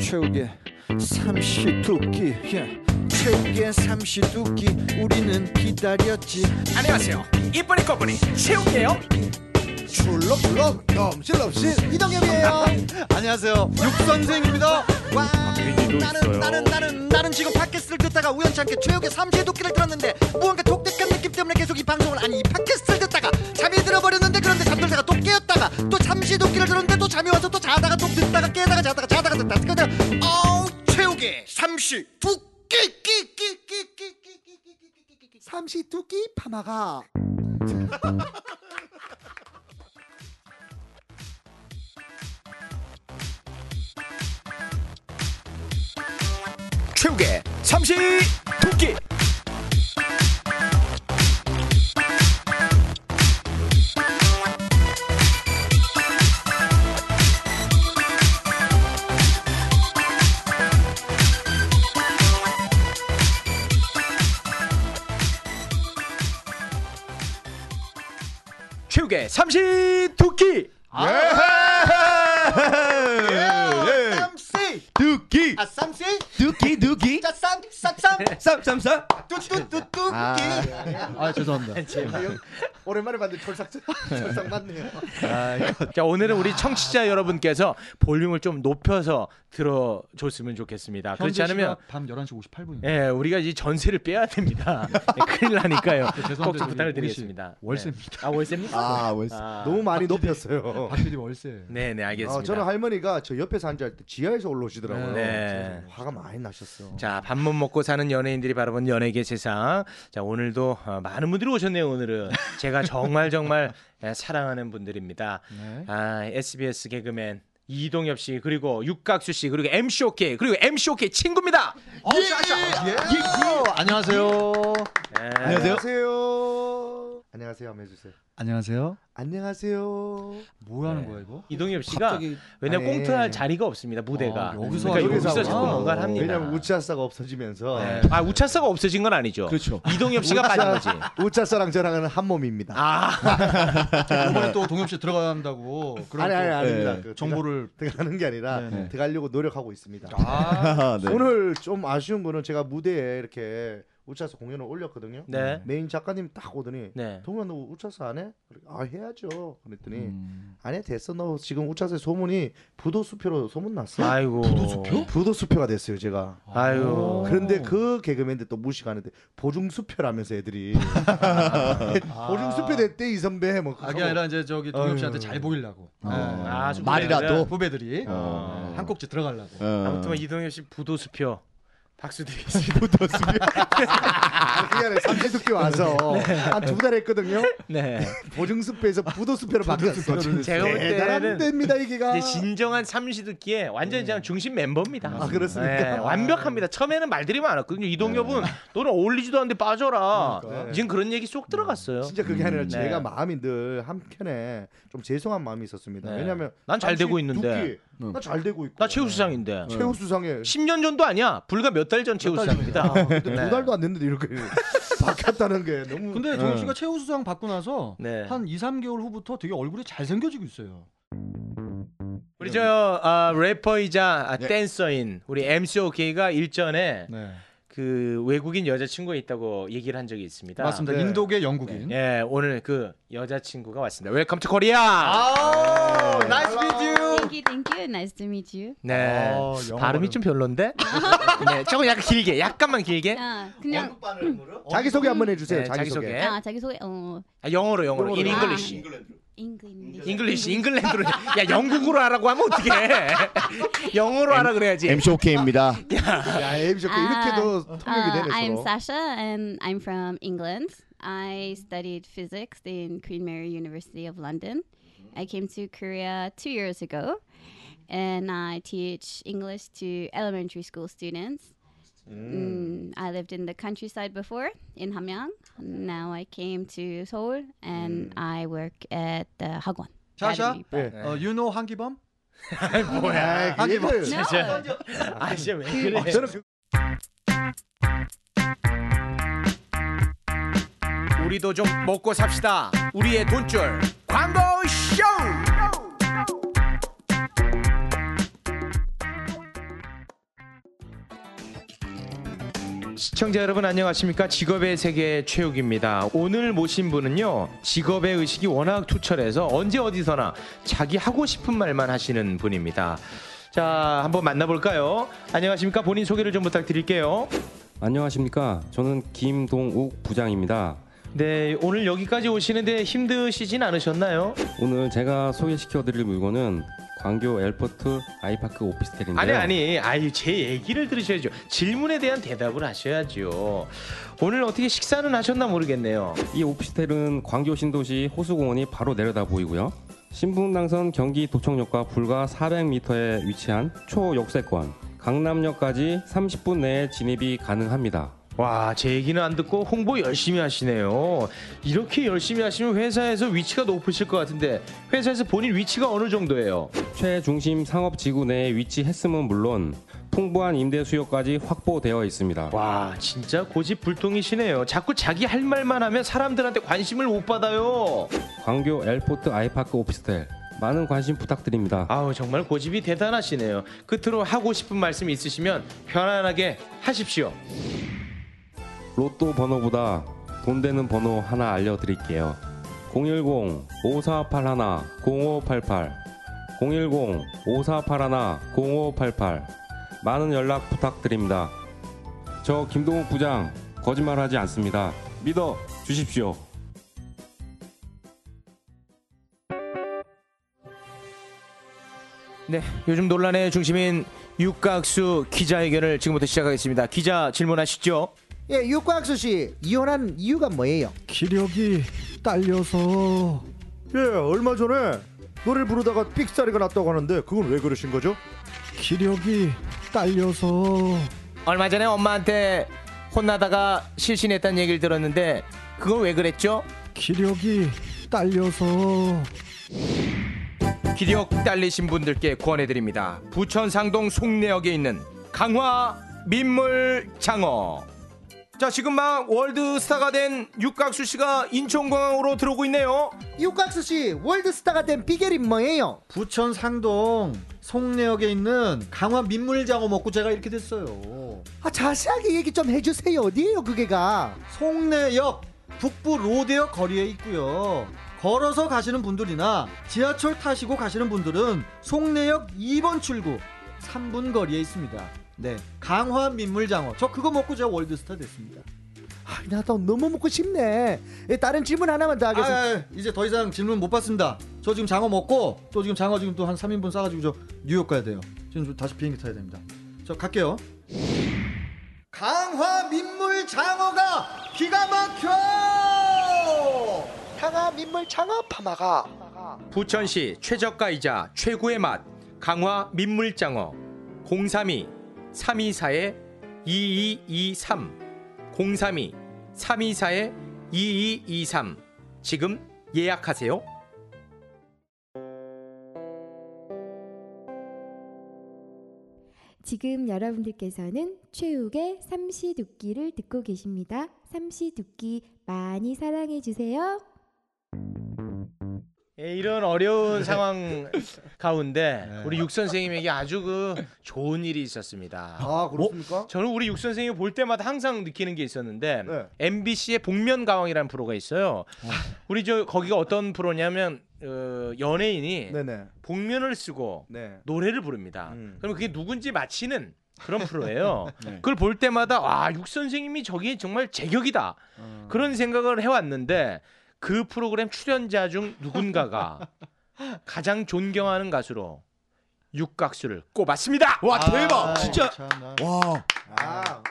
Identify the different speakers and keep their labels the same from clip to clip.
Speaker 1: 최후의 삼시두끼 예. 최후의 삼시두끼 우리는 기다렸지
Speaker 2: 안녕하세요. 이쁜이 꺼분이 최욱이에요.
Speaker 3: 출렁출렁 넘실넘실 이동엽이에요 안녕하세요 육선생입니다
Speaker 1: 와
Speaker 4: 박민희도
Speaker 1: 나는
Speaker 4: 있어요.
Speaker 1: 나는 나는 나는 지금 팟캐스트를 듣다가 우연찮게 최욱의 삼시두끼를 들었는데 무언가 독특한 느낌 때문에 계속 이 방송을 아니 이 팟캐스트를 듣다가 잠이 들어버렸는데 그런데 잠들다가 또 깨었다가 또 삼시두끼를 들었는데 또 잠이 와서 또 자다가 또 듣다가 깨다가 자다가 자다가 듣다가 그냥 어우 최욱의 삼시두끼 끼끼끼끼끼끼끼끼끼끼끼끼
Speaker 3: 삼시두끼 파마가
Speaker 2: 최욱의 삼시 도끼. 최욱의 삼시 도끼.
Speaker 4: 예.
Speaker 3: 삼시
Speaker 4: 두끼
Speaker 3: 아 삼시
Speaker 4: 두끼 두끼
Speaker 3: 자쌈쌈쌈
Speaker 4: 쌈쌈쌈
Speaker 3: 뚜뚜뚜뚜끼
Speaker 5: 아, 아 죄송합니다.
Speaker 3: 오랜만에 봤는데 졸삭 졸삭 맞네요
Speaker 5: 아,
Speaker 2: 자, 오늘은 우리 청취자 여러분께서 볼륨을 좀 높여서 들어줬으면 좋겠습니다. 그렇지
Speaker 5: 현재
Speaker 2: 않으면
Speaker 5: 시각 밤 11시 58분입니다.
Speaker 2: 예, 우리가 이 전세를 빼야 됩니다. 예, 큰일 나니까요.
Speaker 5: 네, 죄송한데
Speaker 2: 꼭 좀
Speaker 5: 저기
Speaker 2: 부탁을
Speaker 5: 오이 씨
Speaker 2: 드리겠습니다.
Speaker 5: 월세입니다.
Speaker 2: 네. 아, 월세입니까?
Speaker 3: 아 월세
Speaker 2: 아.
Speaker 3: 너무 많이 높였어요
Speaker 5: 박PD 월세.
Speaker 2: 네, 네, 알겠습니다.
Speaker 3: 아, 저는 할머니가 저 옆에서 앉아 있을 때 지하에서 올라오시더라고요
Speaker 2: 네.
Speaker 3: 화가 많이 나셨어요
Speaker 2: 자, 밥 못 먹고 사는 연예인들이 바라본 연예계 세상. 자, 오늘도 어, 많은 분들이 오셨네요, 오늘은. 제가 정말 정말 예, 사랑하는 분들입니다.
Speaker 5: 네.
Speaker 2: 아, SBS 개그맨 이동엽 씨, 그리고 육각수 씨, 그리고 MC OK, 그리고 MC OK 친구입니다.
Speaker 5: 어, 자,
Speaker 3: 예.
Speaker 5: 안녕하세요.
Speaker 2: 예.
Speaker 5: 안녕하세요.
Speaker 3: 네. 안녕하세요 안녕하세요 한번 해주세요
Speaker 5: 안녕하세요.
Speaker 3: 안녕하세요
Speaker 5: 뭐 하는 거야 이거?
Speaker 2: 이동엽 씨가
Speaker 5: 갑자기
Speaker 2: 왜냐면
Speaker 3: 아니.
Speaker 2: 꽁트할 자리가 없습니다 무대가
Speaker 5: 어, 여기서
Speaker 2: 그러니까
Speaker 5: 하죠.
Speaker 2: 여기서
Speaker 5: 여기서
Speaker 2: 자꾸
Speaker 5: 하죠.
Speaker 2: 뭔가를 합니다
Speaker 3: 아, 왜냐면 우차사가 없어지면서
Speaker 2: 네. 아 우차사가 없어진 건 아니죠
Speaker 5: 그렇죠.
Speaker 2: 이동엽 씨가 빠진 거지
Speaker 3: 우차사랑 저랑은 한 몸입니다.
Speaker 2: 아
Speaker 5: 이번에 예. 또 동엽 씨 들어가야 한다고. 그런
Speaker 3: 아니 아니
Speaker 5: 또
Speaker 3: 아닙니다.
Speaker 4: 네.
Speaker 3: 그
Speaker 5: 정보를
Speaker 3: 들어가- 들어가는 게 아니라
Speaker 5: 네, 네.
Speaker 3: 들어가려고 노력하고 있습니다.
Speaker 5: 아,
Speaker 4: 네.
Speaker 3: 오늘 좀 아쉬운 거는 제가 무대에 이렇게 우차사 공연을 올렸거든요.
Speaker 2: 네.
Speaker 3: 메인 작가님 딱 오더니
Speaker 2: 네.
Speaker 3: 동현 너 우차사 안 해? 그래, 아 해야죠. 그랬더니
Speaker 5: 음.
Speaker 3: 안 해 됐어 너 지금 우차사 소문이 부도수표로 소문났어.
Speaker 2: 아이고 부도수표?
Speaker 3: 부도수표가 됐어요 제가.
Speaker 2: 아이고
Speaker 3: 그런데 그 개그맨들 또 무식하는데 보증수표라면서 애들이 보증수표 됐대 이 선배 뭐
Speaker 5: 아, 그게 아니라 이제 저기 동엽 씨한테
Speaker 3: 어휴.
Speaker 5: 잘 보이려고.
Speaker 4: 어.
Speaker 5: 네.
Speaker 2: 아, 좀
Speaker 4: 말이라도
Speaker 5: 후배들이
Speaker 4: 어.
Speaker 5: 네, 한 꼭지 들어가려고.
Speaker 4: 어.
Speaker 5: 뭐
Speaker 2: 아무튼 이동엽 씨 부도수표 박수 드리겠습니다
Speaker 3: 그게 아니라 삼시두끼 와서
Speaker 5: 네.
Speaker 3: 한 두 달 했거든요.
Speaker 2: 네
Speaker 3: 보증수표에서 부도수표로 바뀌었어.
Speaker 2: 제가 볼
Speaker 3: 대단한
Speaker 2: 때는
Speaker 3: 데입니다 이게가.
Speaker 2: 이제 진정한 삼시듣기에 완전히 그냥 중심 멤버입니다 네,
Speaker 3: 아, 그렇습니까?
Speaker 2: 완벽합니다 처음에는 말들이 많았거든요 이동엽은 너는 어울리지도 않는데 빠져라 네.
Speaker 3: 그러니까.
Speaker 2: 지금 그런 얘기 쏙 들어갔어요
Speaker 3: 진짜 그게 아니라
Speaker 2: 네.
Speaker 3: 제가 마음이 늘 한켠에 좀 죄송한 마음이 있었습니다.
Speaker 2: 네.
Speaker 3: 왜냐면
Speaker 2: 난잘 되고 있는데.
Speaker 3: 나잘 되고 있고.
Speaker 2: 나 최우수상인데 네.
Speaker 3: 최우 수상해.
Speaker 2: 10년 전도 아니야. 불과 몇 달 전 최우수상입니다.
Speaker 3: 근데 두 달도 안 됐는데 이렇게 바뀌었다는 게 너무.
Speaker 5: 근데
Speaker 4: 네.
Speaker 5: 동엽 씨가 최우 수상 받고 나서
Speaker 2: 네.
Speaker 5: 한 2, 3개월 후부터 되게 얼굴이 잘 생겨지고 있어요.
Speaker 2: 우리 저 아, 래퍼이자 아, 댄서인 우리 MCOK가 일전에
Speaker 5: 네.
Speaker 2: 그 외국인 여자친구가 있다고 얘기를 한 적이 있습니다.
Speaker 5: 맞습니다.
Speaker 3: 네.
Speaker 5: 인도계 영국인.
Speaker 2: 예, 오늘 그 여자친구가 왔습니다. 웰컴 투 코리아.
Speaker 5: 아우, 나이스
Speaker 6: Thank you, thank you. Nice to meet you.
Speaker 2: 네.
Speaker 5: 어, 영어
Speaker 2: 발음이
Speaker 5: 발음.
Speaker 2: 좀 별론데? 네, 조금 약간 길게, 약간만 길게.
Speaker 6: 아, 그냥
Speaker 3: 자기 소개 한번 해주세요.
Speaker 2: 네,
Speaker 3: 자기 소개.
Speaker 2: 자기소개.
Speaker 6: 아, 자기 소개 어
Speaker 2: 아, 영어로, 영어로. 인
Speaker 6: 영어로.
Speaker 2: 잉글리시.
Speaker 6: 잉글인데.
Speaker 2: 잉글리시, 잉글랜드로. 야, 영국으로 하라고 하면 어떡해. 영어로 하라 그래야지.
Speaker 4: MC OK입니다.
Speaker 5: 아,
Speaker 3: 야 에이비 좋게 이렇게도 통역이 되네
Speaker 6: I'm
Speaker 3: 서로.
Speaker 6: Sasha and I'm from England. I studied physics in Queen Mary University of London. I came to Korea 2 years ago and I teach English to elementary school students. Mm, I lived in the countryside before in Hamyang. Now I came to Seoul
Speaker 3: Mm.
Speaker 6: and I work at the Hagwon.
Speaker 5: Sasha?
Speaker 3: 예.
Speaker 5: 어, you know 한기범?
Speaker 3: 뭐야? 하기 뭐.
Speaker 6: No.
Speaker 2: 아, 진짜 왜 그래.
Speaker 3: 저는 그-
Speaker 2: 우리도 좀 먹고 삽시다. 우리의 돈줄 광고 쇼. 시청자 여러분 안녕하십니까 직업의 세계 최욱입니다 오늘 모신 분은요 직업의 의식이 워낙 투철해서 언제 어디서나 자기 하고 싶은 말만 하시는 분입니다 자 한번 만나볼까요 안녕하십니까 본인 소개를 좀 부탁드릴게요
Speaker 7: 안녕하십니까. 저는 김동욱 부장입니다.
Speaker 2: 네 오늘 여기까지 오시는데 힘드시진 않으셨나요
Speaker 7: 오늘 제가 소개시켜드릴 물건은 광교 엘포트 아이파크 오피스텔인데요.
Speaker 2: 아니 아니 아유 제 얘기를 들으셔야죠 질문에 대한 대답을 하셔야죠 오늘 어떻게 식사는 하셨나 모르겠네요
Speaker 7: 이 오피스텔은 광교 신도시 호수공원이 바로 내려다 보이고요. 신분당선 경기 도청역과 불과 400m에 위치한 초역세권 강남역까지 30분 내에 진입이 가능합니다.
Speaker 2: 와, 제 얘기는 안 듣고 홍보 열심히 하시네요. 이렇게 열심히 하시면 회사에서 위치가 높으실 것 같은데 회사에서 본인 위치가 어느 정도예요?
Speaker 7: 최중심 상업지구 내에 위치했음은 물론 풍부한 임대 수요까지 확보되어 있습니다.
Speaker 2: 와, 진짜 고집불통이시네요. 자꾸 자기 할 말만 하면 사람들한테 관심을 못 받아요.
Speaker 7: 광교 엘포트 아이파크 오피스텔 많은 관심 부탁드립니다.
Speaker 2: 아우, 정말 고집이 대단하시네요. 끝으로 하고 싶은 말씀 있으시면 편안하게 하십시오.
Speaker 7: 로또 번호보다 돈 되는 번호 하나 알려드릴게요. 010-5481-0588 010-5481-0588 많은 연락 부탁드립니다. 저 김동욱 부장 거짓말하지 않습니다. 믿어 주십시오.
Speaker 2: 네, 요즘 논란의 중심인 육각수 기자회견을 지금부터 시작하겠습니다. 기자 질문하시죠.
Speaker 1: 예, 육광수 씨 이혼한 이유가 뭐예요?
Speaker 5: 기력이 딸려서
Speaker 3: 예, 얼마 전에 노래를 부르다가 삑사리가 났다고 하는데 그건 왜 그러신 거죠?
Speaker 5: 기력이 딸려서
Speaker 2: 얼마 전에 엄마한테 혼나다가 실신했다는 얘기를 들었는데 그건 왜 그랬죠?
Speaker 5: 기력이 딸려서
Speaker 2: 기력 딸리신 분들께 권해드립니다. 부천 상동 송내역에 있는 강화 민물 장어. 자 지금 막 월드스타가 된 육각수 씨가 인천공항으로 들어오고 있네요.
Speaker 1: 육광수 씨 월드스타가 된 비결이 뭐예요?
Speaker 5: 부천 상동 송내역에 있는 강화 민물장어 먹고 제가 이렇게 됐어요.
Speaker 1: 아 자세하게 얘기 좀 해주세요. 어디예요 그게가?
Speaker 5: 송내역 북부 로데역 거리에 있고요. 걸어서 가시는 분들이나 지하철 타시고 가시는 분들은 송내역 2번 출구 3분 거리에 있습니다. 네, 강화 민물장어. 저 그거 먹고 제가 월드스타 됐습니다.
Speaker 1: 아, 나도 너무 먹고 싶네. 예, 다른 질문 하나만 더
Speaker 5: 아,
Speaker 1: 하겠습니다.
Speaker 5: 아, 이제 더 이상 질문 못 받습니다. 저 지금 장어 먹고 또 지금 장어 지금 또 한 3인분 싸가지고 저 뉴욕 가야 돼요. 지금 좀 다시 비행기 타야 됩니다. 저 갈게요. 강화 민물 장어가 기가 막혀!
Speaker 1: 강화 민물 창업 파마가
Speaker 2: 부천시 최저가이자 최고의 맛 강화 민물장어 032 324의 2223 032 324의 2223 지금 예약하세요.
Speaker 8: 지금 여러분들께서는 최욱의 삼시두끼를 듣고 계십니다. 삼시두끼 많이 사랑해 주세요.
Speaker 2: 예, 이런 어려운 상황 가운데 우리 육 선생님에게 아주 그 좋은 일이 있었습니다.
Speaker 3: 아, 그렇습니까?
Speaker 2: 저는 우리 육 선생님 볼 때마다 항상 느끼는 게 있었는데
Speaker 3: 네. 아.
Speaker 2: MBC의 복면 가왕이라는 프로가 있어요. 우리 저 거기가 어떤 프로냐면 어, 연예인이
Speaker 3: 네네.
Speaker 2: 복면을 쓰고
Speaker 3: 네.
Speaker 2: 노래를 부릅니다.
Speaker 3: 음. 네.
Speaker 2: 그럼 그게 누군지 맞히는 그런 프로예요. 그걸 볼 때마다 와, 육 선생님이 저게 정말 제격이다.
Speaker 3: 아.
Speaker 2: 그런 생각을 해왔는데 그 프로그램 출연자 중 누군가가 가장 존경하는 가수로 육각수를 꼽았습니다.
Speaker 4: 와 대박. 진짜.
Speaker 5: 참, 나-
Speaker 4: 와.
Speaker 3: 아,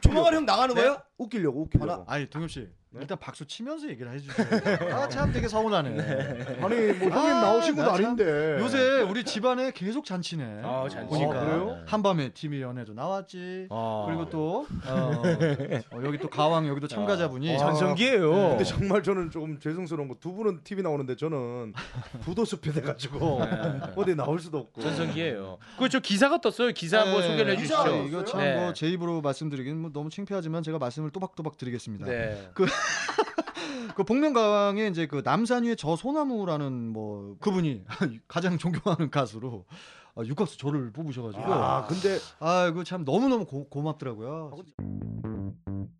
Speaker 4: 조만간 형 나가는
Speaker 3: 네?
Speaker 4: 거예요?
Speaker 3: 웃기려고 웃기려고. 네?
Speaker 5: 아, 아니 동엽 씨 일단 박수 치면서 얘기를 해주세요. 아 참 되게 서운하네.
Speaker 3: 아니, 뭐 형님
Speaker 5: 아,
Speaker 3: 나오신 것도
Speaker 5: 나 참.
Speaker 1: 네.
Speaker 3: 아닌데.
Speaker 5: 요새 우리 집안에 계속 잔치네.
Speaker 2: 아,
Speaker 5: 보니까
Speaker 2: 잔치가.
Speaker 3: 아, 그래요?
Speaker 5: 한밤에 TV 연애도 나왔지.
Speaker 2: 아. 아.
Speaker 5: 그리고 또 어, 어, 여기 또 가왕 여기도 참가자분이 아.
Speaker 2: 전성기예요.
Speaker 5: 네.
Speaker 3: 근데 정말 저는 조금 죄송스러운 거 두 분은 TV 나오는데 저는 부도수표 돼가지고
Speaker 5: 네.
Speaker 3: 어디 나올 수도 없고.
Speaker 2: 전성기예요. 그저 기사가 떴어요. 기사 한번
Speaker 5: 그 네,
Speaker 2: 뭐 소개를 해주시죠.
Speaker 5: 기사 이거 참
Speaker 2: 네.
Speaker 5: 뭐 제 입으로 말씀드리긴 뭐 너무 창피하지만 제가 말씀을 또박또박 드리겠습니다.
Speaker 2: 네.
Speaker 5: 그 복면가왕에 이제 그 남산 위에 저 소나무라는 뭐 그분이 가장 존경하는 가수로 어, 육각수 저를 뽑으셔가지고
Speaker 3: 아
Speaker 2: 그
Speaker 3: 근데
Speaker 5: 아 이거 참 너무 너무 고맙더라고요.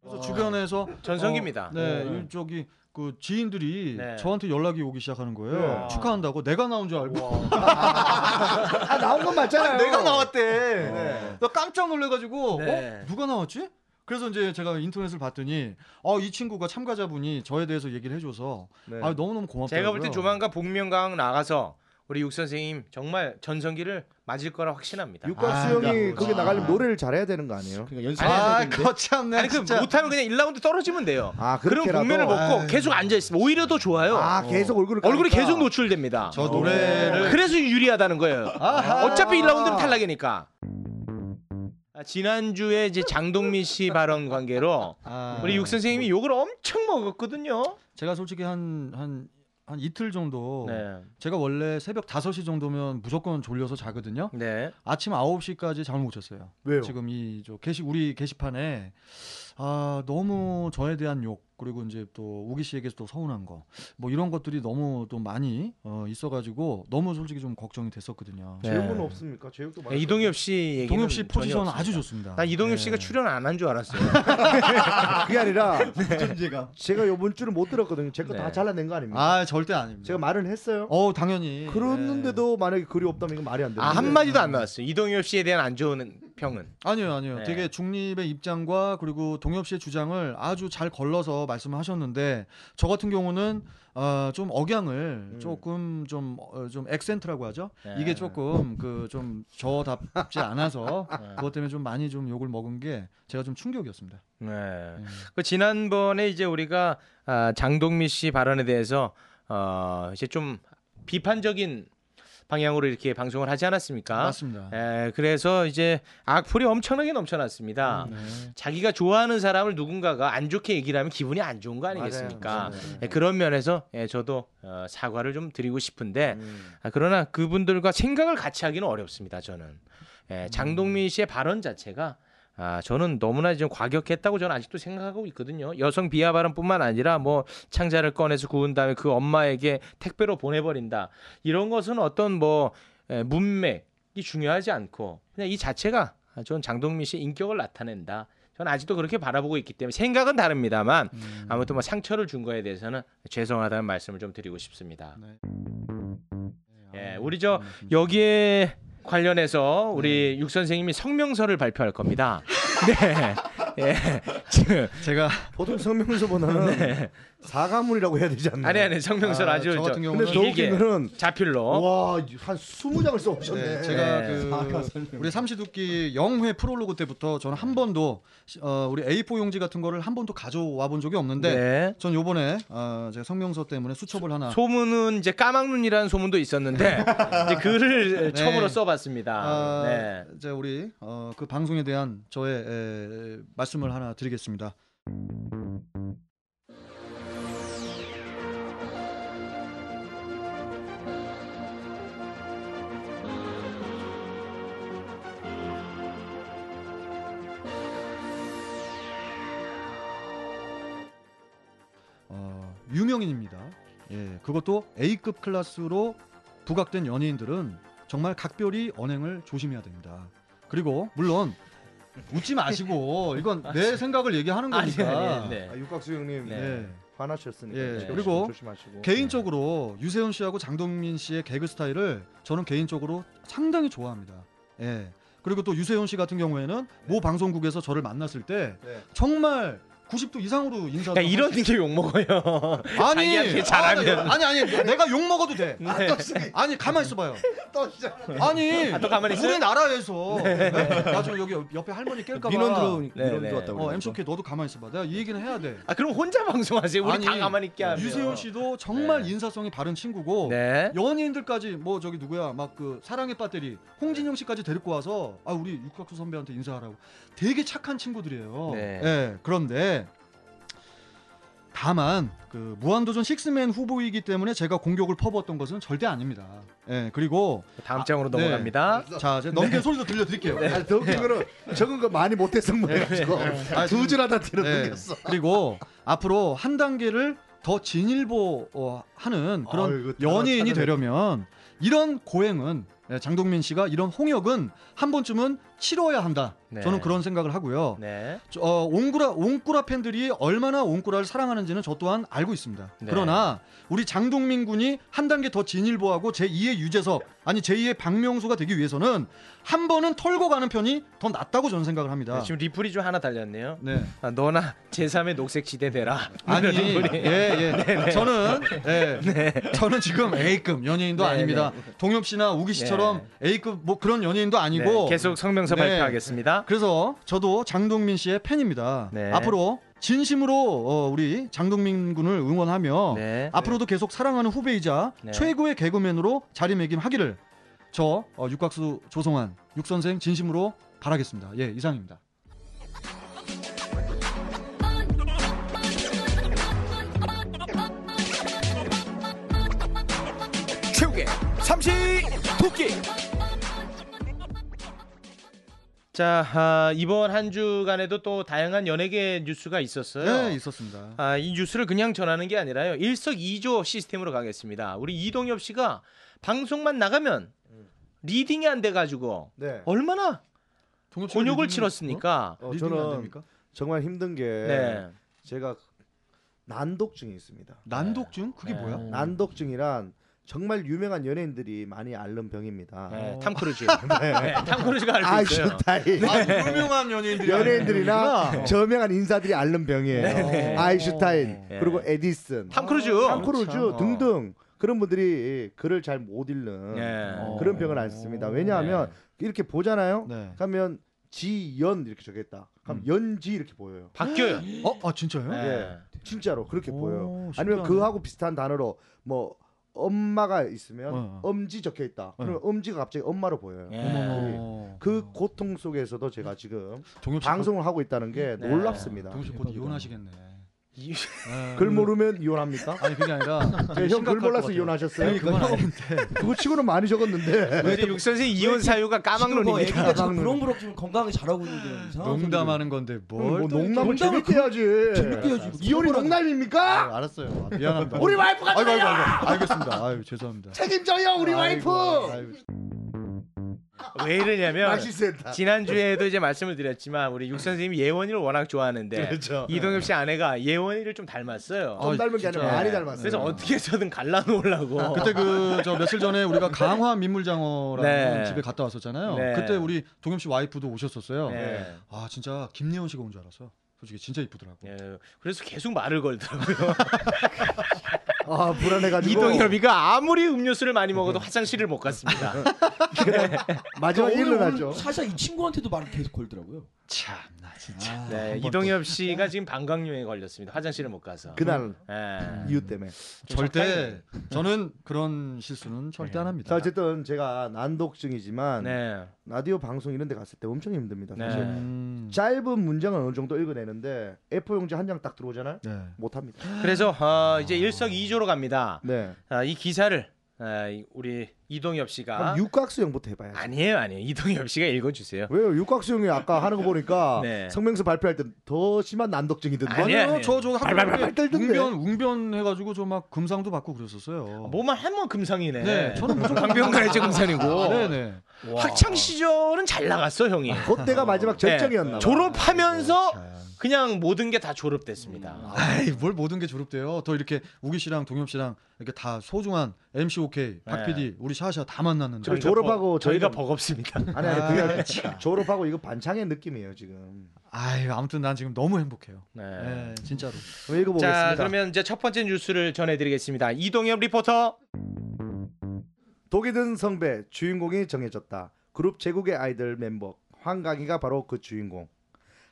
Speaker 5: 그래서 주변에서
Speaker 2: 전성기입니다.
Speaker 5: 어, 네, 이 저기 그 지인들이
Speaker 2: 네.
Speaker 5: 저한테 연락이 오기 시작하는 거예요.
Speaker 2: 네.
Speaker 5: 축하한다고 내가 나온 줄 알고
Speaker 3: 아 나온 건 맞잖아요.
Speaker 5: 내가 나왔대. 네. 나 깜짝 놀래가지고
Speaker 2: 네.
Speaker 5: 어 누가 나왔지? 그래서 이제 제가 인터넷을 봤더니 아, 어이 친구가 참가자분이 저에 대해서 얘기를 해줘서
Speaker 3: 네.
Speaker 5: 아 너무 너무 고맙더라고요.
Speaker 2: 제가 볼 때 조만간 복면가왕 나가서 우리 육 선생님 정말 전성기를 맞을 거라 확신합니다.
Speaker 3: 육각
Speaker 5: 아,
Speaker 3: 수영이
Speaker 5: 그러니까.
Speaker 3: 그게 나가려면 노래를 잘해야 되는 거 아니에요?
Speaker 4: 그러니까 연습해야
Speaker 5: 아
Speaker 4: 되는데.
Speaker 5: 거참 내
Speaker 2: 아니 그
Speaker 5: 진짜
Speaker 2: 못하면 그냥 1라운드 떨어지면 돼요.
Speaker 3: 아
Speaker 2: 그런
Speaker 3: 그렇게라도
Speaker 2: 복면을 벗고 계속 앉아 있으면 오히려 더 좋아요.
Speaker 3: 아 계속 얼굴을
Speaker 2: 얼굴이
Speaker 3: 까니까.
Speaker 2: 계속 노출됩니다. 네.
Speaker 5: 저 노래를
Speaker 2: 그래서 유리하다는 거예요.
Speaker 5: 아하.
Speaker 2: 어차피 1라운드는 탈락이니까. 아, 지난주에 이제 장동민 씨 발언 관계로
Speaker 5: 아,
Speaker 2: 우리 육 선생님이 욕을 엄청 먹었거든요.
Speaker 5: 제가 솔직히 한 한 한 이틀 정도
Speaker 2: 네.
Speaker 5: 제가 원래 새벽 5시 정도면 무조건 졸려서 자거든요.
Speaker 2: 네.
Speaker 5: 아침 9시까지 잠을 못 잤어요.
Speaker 3: 왜요?
Speaker 5: 지금 이 저 게시 우리 게시판에 아 너무 저에 대한 욕 그리고 이제 또 우기 씨에게서 또 서운한 거 뭐 이런 것들이 너무 또 많이 어, 있어가지고 너무 솔직히 좀 걱정이 됐었거든요.
Speaker 2: 네.
Speaker 3: 제육은 없습니까? 제육도 많이
Speaker 2: 이동엽 씨 얘기는
Speaker 5: 동엽 씨
Speaker 2: 전혀
Speaker 5: 포지션
Speaker 2: 없습니다.
Speaker 5: 아주 좋습니다.
Speaker 2: 나 이동엽
Speaker 5: 네.
Speaker 2: 씨가 출연 안 한 줄 알았어요.
Speaker 3: 그게 아니라
Speaker 4: 존재감.
Speaker 3: 제가 요번 주를 못 들었거든요. 제 거 다
Speaker 2: 네.
Speaker 3: 잘라낸 거 아닙니까?
Speaker 5: 아 절대 아닙니다.
Speaker 3: 제가 말은 했어요.
Speaker 5: 어 당연히 네.
Speaker 3: 그랬는데도 만약에 글이 없다면 이건 말이 안 되는
Speaker 2: 아, 한 마디도 안 나왔어요. 이동엽 씨에 대한 안 좋은 평은.
Speaker 5: 네. 아니요 아니요
Speaker 2: 네.
Speaker 5: 되게 중립의 입장과 그리고 동엽 씨의 주장을 아주 잘 걸러서 말씀을 하셨는데 저 같은 경우는 어, 좀 억양을 조금 좀좀 엑센트라고 하죠
Speaker 2: 음. 네.
Speaker 5: 이게 조금 그 좀 저답지 않아서 그것 때문에 좀 많이 좀 욕을 먹은 게 제가 좀 충격이었습니다.
Speaker 2: 네.
Speaker 5: 음.
Speaker 2: 그 지난번에 이제 우리가 아, 장동민 씨 발언에 대해서 어, 이제 좀 비판적인 방향으로 이렇게 방송을 하지 않았습니까? 네,
Speaker 5: 맞습니다.
Speaker 2: 에, 예, 그래서 이제 악플이 엄청나게 넘쳐났습니다. 자기가 좋아하는 사람을 누군가가 안 좋게 얘기를 하면 기분이 안 좋은 거 아니겠습니까?
Speaker 5: 네,
Speaker 2: 예, 그런 면에서 예, 저도 어, 사과를 좀 드리고 싶은데 아, 그러나 그분들과 생각을 같이 하기는 어렵습니다. 저는 예, 장동민 씨의 발언 자체가 아, 저는 너무나 좀 과격했다고 저는 아직도 생각하고 있거든요. 여성 비하 발언뿐만 아니라 뭐 창자를 꺼내서 구운 다음에 그 엄마에게 택배로 보내버린다 이런 것은 어떤 뭐 예, 문맥이 중요하지 않고 그냥 이 자체가 아, 저는 장동민 씨의 인격을 나타낸다. 저는 아직도 그렇게 바라보고 있기 때문에 생각은 다릅니다만 아무튼 뭐 상처를 준 거에 대해서는 죄송하다는 말씀을 좀 드리고 싶습니다.
Speaker 5: 네.
Speaker 2: 예, 우리 저 여기에 관련해서 우리 육 선생님이 성명서를 발표할 겁니다. 네. 예. 지금
Speaker 5: 제가
Speaker 3: 보통 성명서보다는 사과문이라고 해야 되지 않나요?
Speaker 2: 아니 아니 성명서를
Speaker 5: 네. 아,
Speaker 2: 네. 아주
Speaker 5: 저 같은
Speaker 2: 저
Speaker 5: 경우는
Speaker 3: 근데 더
Speaker 2: 길게.
Speaker 3: 웃긴 거는
Speaker 2: 자필로
Speaker 3: 와한 20장을 써오셨네.
Speaker 5: 어?
Speaker 3: 아,
Speaker 5: 네, 제가
Speaker 2: 네.
Speaker 5: 그
Speaker 4: 설명.
Speaker 5: 우리 삼시두끼 영회 프롤로그 때부터 저는 한 번도 시- 어, 우리 A4 용지 같은 거를 한 번도 가져와 본 적이 없는데
Speaker 2: 네.
Speaker 5: 전 요번에 어, 제가 성명서 때문에 수첩을
Speaker 2: 아.
Speaker 5: 하나
Speaker 2: 소문은 이제 까막눈이라는 소문도 있었는데 이제 글을
Speaker 5: 네.
Speaker 2: 처음으로 써봤습니다.
Speaker 5: 아,
Speaker 2: 네.
Speaker 5: 이제 우리 어, 그 방송에 대한 저의 에, 말씀을 하나 드리겠습니다. 어, 유명인입니다. 예, 그것도 A급 클래스로 부각된 연예인들은 정말 각별히 언행을 조심해야 됩니다. 그리고 물론 웃지 마시고 이건 내 생각을 얘기하는
Speaker 2: 아니
Speaker 5: 거니까
Speaker 2: 아니 네.
Speaker 3: 아, 육각수 형님
Speaker 2: 네.
Speaker 5: 예.
Speaker 3: 화나셨으니까
Speaker 5: 예,
Speaker 3: 지금
Speaker 5: 그리고
Speaker 3: 조심하시고.
Speaker 5: 개인적으로 유세윤 씨하고 장동민 씨의 개그 스타일을 저는 개인적으로 상당히 좋아합니다. 예. 그리고 또 유세윤 씨 같은 경우에는
Speaker 2: 네.
Speaker 5: 모 방송국에서 저를 만났을 때
Speaker 3: 네.
Speaker 5: 정말 90도 이상으로 인사도
Speaker 2: 그러니까 이런 게 욕먹어요.
Speaker 5: 아니
Speaker 2: 자기한테
Speaker 5: 아,
Speaker 2: 잘하면.
Speaker 5: 나- 아니 아니 내가 욕 먹어도 돼.
Speaker 2: 네.
Speaker 5: 아니 가만 있어봐요.
Speaker 3: 또 시작.
Speaker 5: 아니
Speaker 2: 또 가만히 있어요?
Speaker 5: 우리나라에서 네. 나중에 여기 옆- 옆에 할머니 깰까봐
Speaker 4: 민원 들어오니까
Speaker 2: 네,
Speaker 4: 민원
Speaker 2: 네.
Speaker 4: 들어왔다고.
Speaker 5: 어, MCK 너도 가만히 있어봐. 내가 이 얘기는 해야 돼.
Speaker 2: 아 그럼 혼자 방송하세요. 우리
Speaker 5: 아니,
Speaker 2: 다 가만히 있게 하면.
Speaker 5: 유세윤 씨도 정말
Speaker 2: 네.
Speaker 5: 인사성이 바른 친구고
Speaker 2: 네.
Speaker 5: 연예인들까지 뭐 저기 누구야 막 그 사랑의 배터리
Speaker 3: 네.
Speaker 5: 홍진영 씨까지 데리고 와서 아 우리 육각수 선배한테 인사하라고 되게 착한 친구들이에요.
Speaker 2: 네.
Speaker 5: 예, 그런데 다만 그 무한도전 식스맨 후보이기 때문에 제가 공격을 퍼부었던 것은 절대 아닙니다. 예, 그리고
Speaker 2: 다음
Speaker 5: 아,
Speaker 2: 장으로
Speaker 5: 네.
Speaker 2: 넘어갑니다.
Speaker 5: 자
Speaker 3: 네.
Speaker 5: 이제 넘긴 소리도 들려드릴게요.
Speaker 3: 아니,
Speaker 5: 네.
Speaker 3: 더 웃긴 거는 적은 거 많이 못해서 뭐해가지고
Speaker 5: 아, 지금-
Speaker 3: 두줄 하다 뒤로
Speaker 5: 네.
Speaker 3: 넘겼어.
Speaker 5: 그리고 앞으로 한 단계를 더 진일보 어, 하는 그런
Speaker 3: 아이고,
Speaker 5: 연예인이
Speaker 3: 찾아내-
Speaker 5: 되려면 이런 고행은 네, 장동민 씨가 이런 홍역은 한 번쯤은 치러야 한다.
Speaker 2: 네.
Speaker 5: 저는 그런 생각을 하고요.
Speaker 2: 네.
Speaker 5: 저, 어, 옹구라 옹꾸라 팬들이 얼마나 옹꾸라를 사랑하는지는 저 또한 알고 있습니다.
Speaker 2: 네.
Speaker 5: 그러나 우리 장동민 군이 한 단계 더 진일보하고 제 2의 유재석 아니 제 2의 박명수가 되기 위해서는 한 번은 털고 가는 편이 더 낫다고 저는 생각을 합니다.
Speaker 2: 네, 지금 리플이 좀 하나 달렸네요.
Speaker 5: 네.
Speaker 2: 아, 너나 제3의 녹색 지대 되라.
Speaker 5: 아니
Speaker 2: 이런 네, 리플이.
Speaker 5: 예예 저는 예 저는 지금 A급 연예인도
Speaker 2: 네,
Speaker 5: 아닙니다 동엽 씨나 우기 씨처럼 A급 뭐 그런 연예인도 아니고
Speaker 2: 네, 계속 성명서
Speaker 5: 네.
Speaker 2: 발표하겠습니다.
Speaker 5: 그래서 저도 장동민 씨의 팬입니다.
Speaker 2: 네.
Speaker 5: 앞으로 진심으로 어, 우리 장동민 군을 응원하며
Speaker 2: 네.
Speaker 5: 어. 앞으로도 계속 사랑하는 후배이자
Speaker 2: 네.
Speaker 5: 최고의 개그맨으로 자리매김하기를 저 어, 육각수 조성환 육 선생 진심으로 바라겠습니다. 예 이상입니다.
Speaker 4: 최욱의 삼시 도끼.
Speaker 2: 자 아, 이번 한 주간에도 또 다양한 연예계 뉴스가 있었어요.
Speaker 5: 네 있었습니다.
Speaker 2: 아, 이 뉴스를 그냥 전하는 게 아니라요. 일석이조 시스템으로 가겠습니다. 우리 이동엽 씨가 방송만 나가면 리딩이 안 돼 가지고
Speaker 3: 네.
Speaker 2: 얼마나
Speaker 5: 동엽 씨는
Speaker 2: 곤욕을
Speaker 5: 리딩-
Speaker 2: 치렀습니까?
Speaker 5: 어?
Speaker 3: 어,
Speaker 5: 리딩이 안
Speaker 3: 저는
Speaker 5: 됩니까?
Speaker 3: 정말 힘든 게
Speaker 2: 네.
Speaker 3: 제가 난독증이 있습니다.
Speaker 5: 난독증 그게
Speaker 2: 네.
Speaker 5: 뭐야?
Speaker 3: 난독증이란 정말 유명한 연예인들이 많이 앓는 병입니다.
Speaker 2: 네, 탐 크루즈. 네, 탐 크루즈가
Speaker 3: 아,
Speaker 2: 알고 있어요.
Speaker 3: 슈타인.
Speaker 5: 그렇죠. 아, 유명한 연예인들이
Speaker 3: 연예인들이나 저명한 인사들이 앓는
Speaker 2: 네.
Speaker 3: 병이에요. 아인슈타인
Speaker 2: 네.
Speaker 3: 그리고 에디슨,
Speaker 2: 탐 크루즈.
Speaker 3: 탐 크루즈
Speaker 5: 그렇죠.
Speaker 3: 등등 그런 분들이 글을 잘 못 읽는
Speaker 2: 네.
Speaker 3: 그런 병을 앓습니다.
Speaker 2: 예.
Speaker 3: 왜냐하면 이렇게 보잖아요.
Speaker 5: 네.
Speaker 3: 하면 지연 이렇게 적겠다. 그럼
Speaker 5: 음.
Speaker 3: 연지 이렇게 보여요.
Speaker 2: 바뀌어요.
Speaker 3: 예.
Speaker 5: 어, 아 진짜요?
Speaker 2: 네.
Speaker 3: 진짜로 그렇게
Speaker 5: 오,
Speaker 3: 보여요.
Speaker 5: 신기하네.
Speaker 3: 아니면 그하고 비슷한 단어로 뭐 엄마가 있으면
Speaker 5: 어, 어.
Speaker 3: 엄지 적혀 있다. 그러면 엄지가 갑자기 엄마로 보여요.
Speaker 2: 예.
Speaker 5: 어머머.
Speaker 3: 그 고통 속에서도 제가 지금
Speaker 5: 동엽 씨
Speaker 3: 방송을 하고 있다는 게
Speaker 2: 네.
Speaker 3: 놀랍습니다.
Speaker 5: 동엽 씨곧 이혼하시겠네.
Speaker 2: 이-
Speaker 5: 네.
Speaker 3: 글 모르면 이혼합니까?
Speaker 5: 아니 그게 아니라
Speaker 3: 네, 형글 몰라서 이혼하셨어요?
Speaker 5: 아니, 그건 아닌데.
Speaker 3: 그거 치고는 많이 적었는데
Speaker 2: 이제 육 선생 이혼 사유가
Speaker 4: 지금 뭐
Speaker 2: 까막론입니다.
Speaker 4: 애기가 지금
Speaker 3: 까막눈.
Speaker 4: 부렁부렁 지금 건강하게 잘하고 있는데 이상한
Speaker 5: 농담하는 건데 뭘?
Speaker 3: 뭐
Speaker 5: 또-
Speaker 3: 농담을
Speaker 4: 농담을
Speaker 3: 재밌게 해야지
Speaker 4: 재밌게 해야지.
Speaker 3: 이혼이
Speaker 5: 아,
Speaker 3: 농담입니까?
Speaker 5: 알았어요. 아, 미안합니다.
Speaker 3: 우리 와이프가
Speaker 5: 아이고 아이고 아이고. 알겠습니다. 아유 죄송합니다.
Speaker 3: 책임져요 우리
Speaker 5: 아이고,
Speaker 3: 와이프
Speaker 5: 아이고.
Speaker 2: 왜 이러냐면
Speaker 3: 맛있었다
Speaker 2: 지난주에도 이제 말씀을 드렸지만 우리 육 선생님이 예원이를 워낙 좋아하는데
Speaker 3: 그렇죠.
Speaker 2: 이동엽 씨 아내가 예원이를 좀 닮았어요.
Speaker 5: 아,
Speaker 3: 좀 닮은 게 아니라
Speaker 5: 진짜.
Speaker 3: 예. 많이 닮았어요 아,
Speaker 2: 그래서 어떻게서든 갈라놓으려고.
Speaker 5: 그때 그 저 며칠 전에 우리가 강화 민물장어라는
Speaker 2: 네.
Speaker 5: 집에 갔다 왔었잖아요.
Speaker 2: 네.
Speaker 5: 그때 우리 동엽 씨 와이프도 오셨었어요.
Speaker 2: 네.
Speaker 5: 아 진짜 김예원 씨가 온 줄 알았어. 솔직히 진짜 이쁘더라고.
Speaker 2: 예, 그래서 계속 말을 걸더라고요.
Speaker 3: 아 불안해가지고 예.
Speaker 2: 이동엽이가 아무리 음료수를 많이 먹어도 화장실을 못 갔습니다.
Speaker 3: 마지막
Speaker 4: 오늘
Speaker 3: 일어나죠
Speaker 4: 오늘 사실 이 친구한테도 말을 계속 걸더라고요.
Speaker 5: 참나 진짜.
Speaker 4: 아,
Speaker 2: 네, 이동엽 씨가 지금 방광류에 걸렸습니다. 화장실을 못 가서.
Speaker 3: 그날
Speaker 2: 예.
Speaker 3: 이유 때문에
Speaker 5: 절대 저는 그런 실수는 절대 안 합니다.
Speaker 1: 네.
Speaker 3: 자 어쨌든 제가 난독증이지만
Speaker 2: 네.
Speaker 3: 라디오 방송 이런 데 갔을 때 엄청 힘듭니다
Speaker 2: 네.
Speaker 3: 사실
Speaker 5: 음,
Speaker 3: 짧은 문장을 어느 정도 읽어내는데 A4용지 한 장 딱 들어오잖아요
Speaker 5: 네.
Speaker 3: 못합니다
Speaker 2: 그래서 어, 이제 일석이조로 갑니다.
Speaker 3: 네
Speaker 2: 아, 이 기사를 아, 이- 우리 이동엽 씨가
Speaker 3: 그럼 육각수형부터 해봐야지
Speaker 2: 아. 아니에요, 아니에요. 이동엽 씨가 읽어주세요.
Speaker 3: 왜요? 육각수 형이 아까 하는 거 보니까
Speaker 2: 네.
Speaker 3: 성명서 발표할 때 더 심한 난독증이던데.
Speaker 2: 아니, 아니에요.
Speaker 5: 아니요 저저
Speaker 3: 발발발발 떨던데.
Speaker 5: 웅변 웅변 해가지고 저 막 금상도 받고 그랬었어요.
Speaker 2: 뭐만 하면 금상이네.
Speaker 5: 네, 저는 무슨
Speaker 2: 강변가의 금상이고.
Speaker 5: 네네.
Speaker 2: 학창 시절은 잘 나갔어, 형이.
Speaker 3: 그때가
Speaker 2: 네.
Speaker 3: 마지막 절정이었나 봐.
Speaker 2: 졸업하면서 그냥 모든 게 다 졸업됐습니다.
Speaker 5: 아이 뭘 모든 게 졸업돼요. 더 이렇게 우기 씨랑 동엽 씨랑 이렇게 다 소중한 MC OK, 박
Speaker 2: 네.
Speaker 5: PD, 우리 샤샤 다 만났는데.
Speaker 3: 저희 졸업하고
Speaker 2: 버- 저희가
Speaker 3: 저희는-
Speaker 2: 버겁습니다.
Speaker 3: 아니 아니 그냥 졸업하고 이거 반창의 느낌이에요 지금.
Speaker 5: 아유 아무튼 난 지금 너무 행복해요.
Speaker 2: 네.
Speaker 5: 네, 진짜로.
Speaker 3: 한번 읽어보겠습니다.
Speaker 2: 자, 그러면 이제 첫 번째 뉴스를 전해드리겠습니다. 이동엽 리포터.
Speaker 3: 독이 든 성배 주인공이 정해졌다. 그룹 제국의 아이들 멤버 황강희가 바로 그 주인공.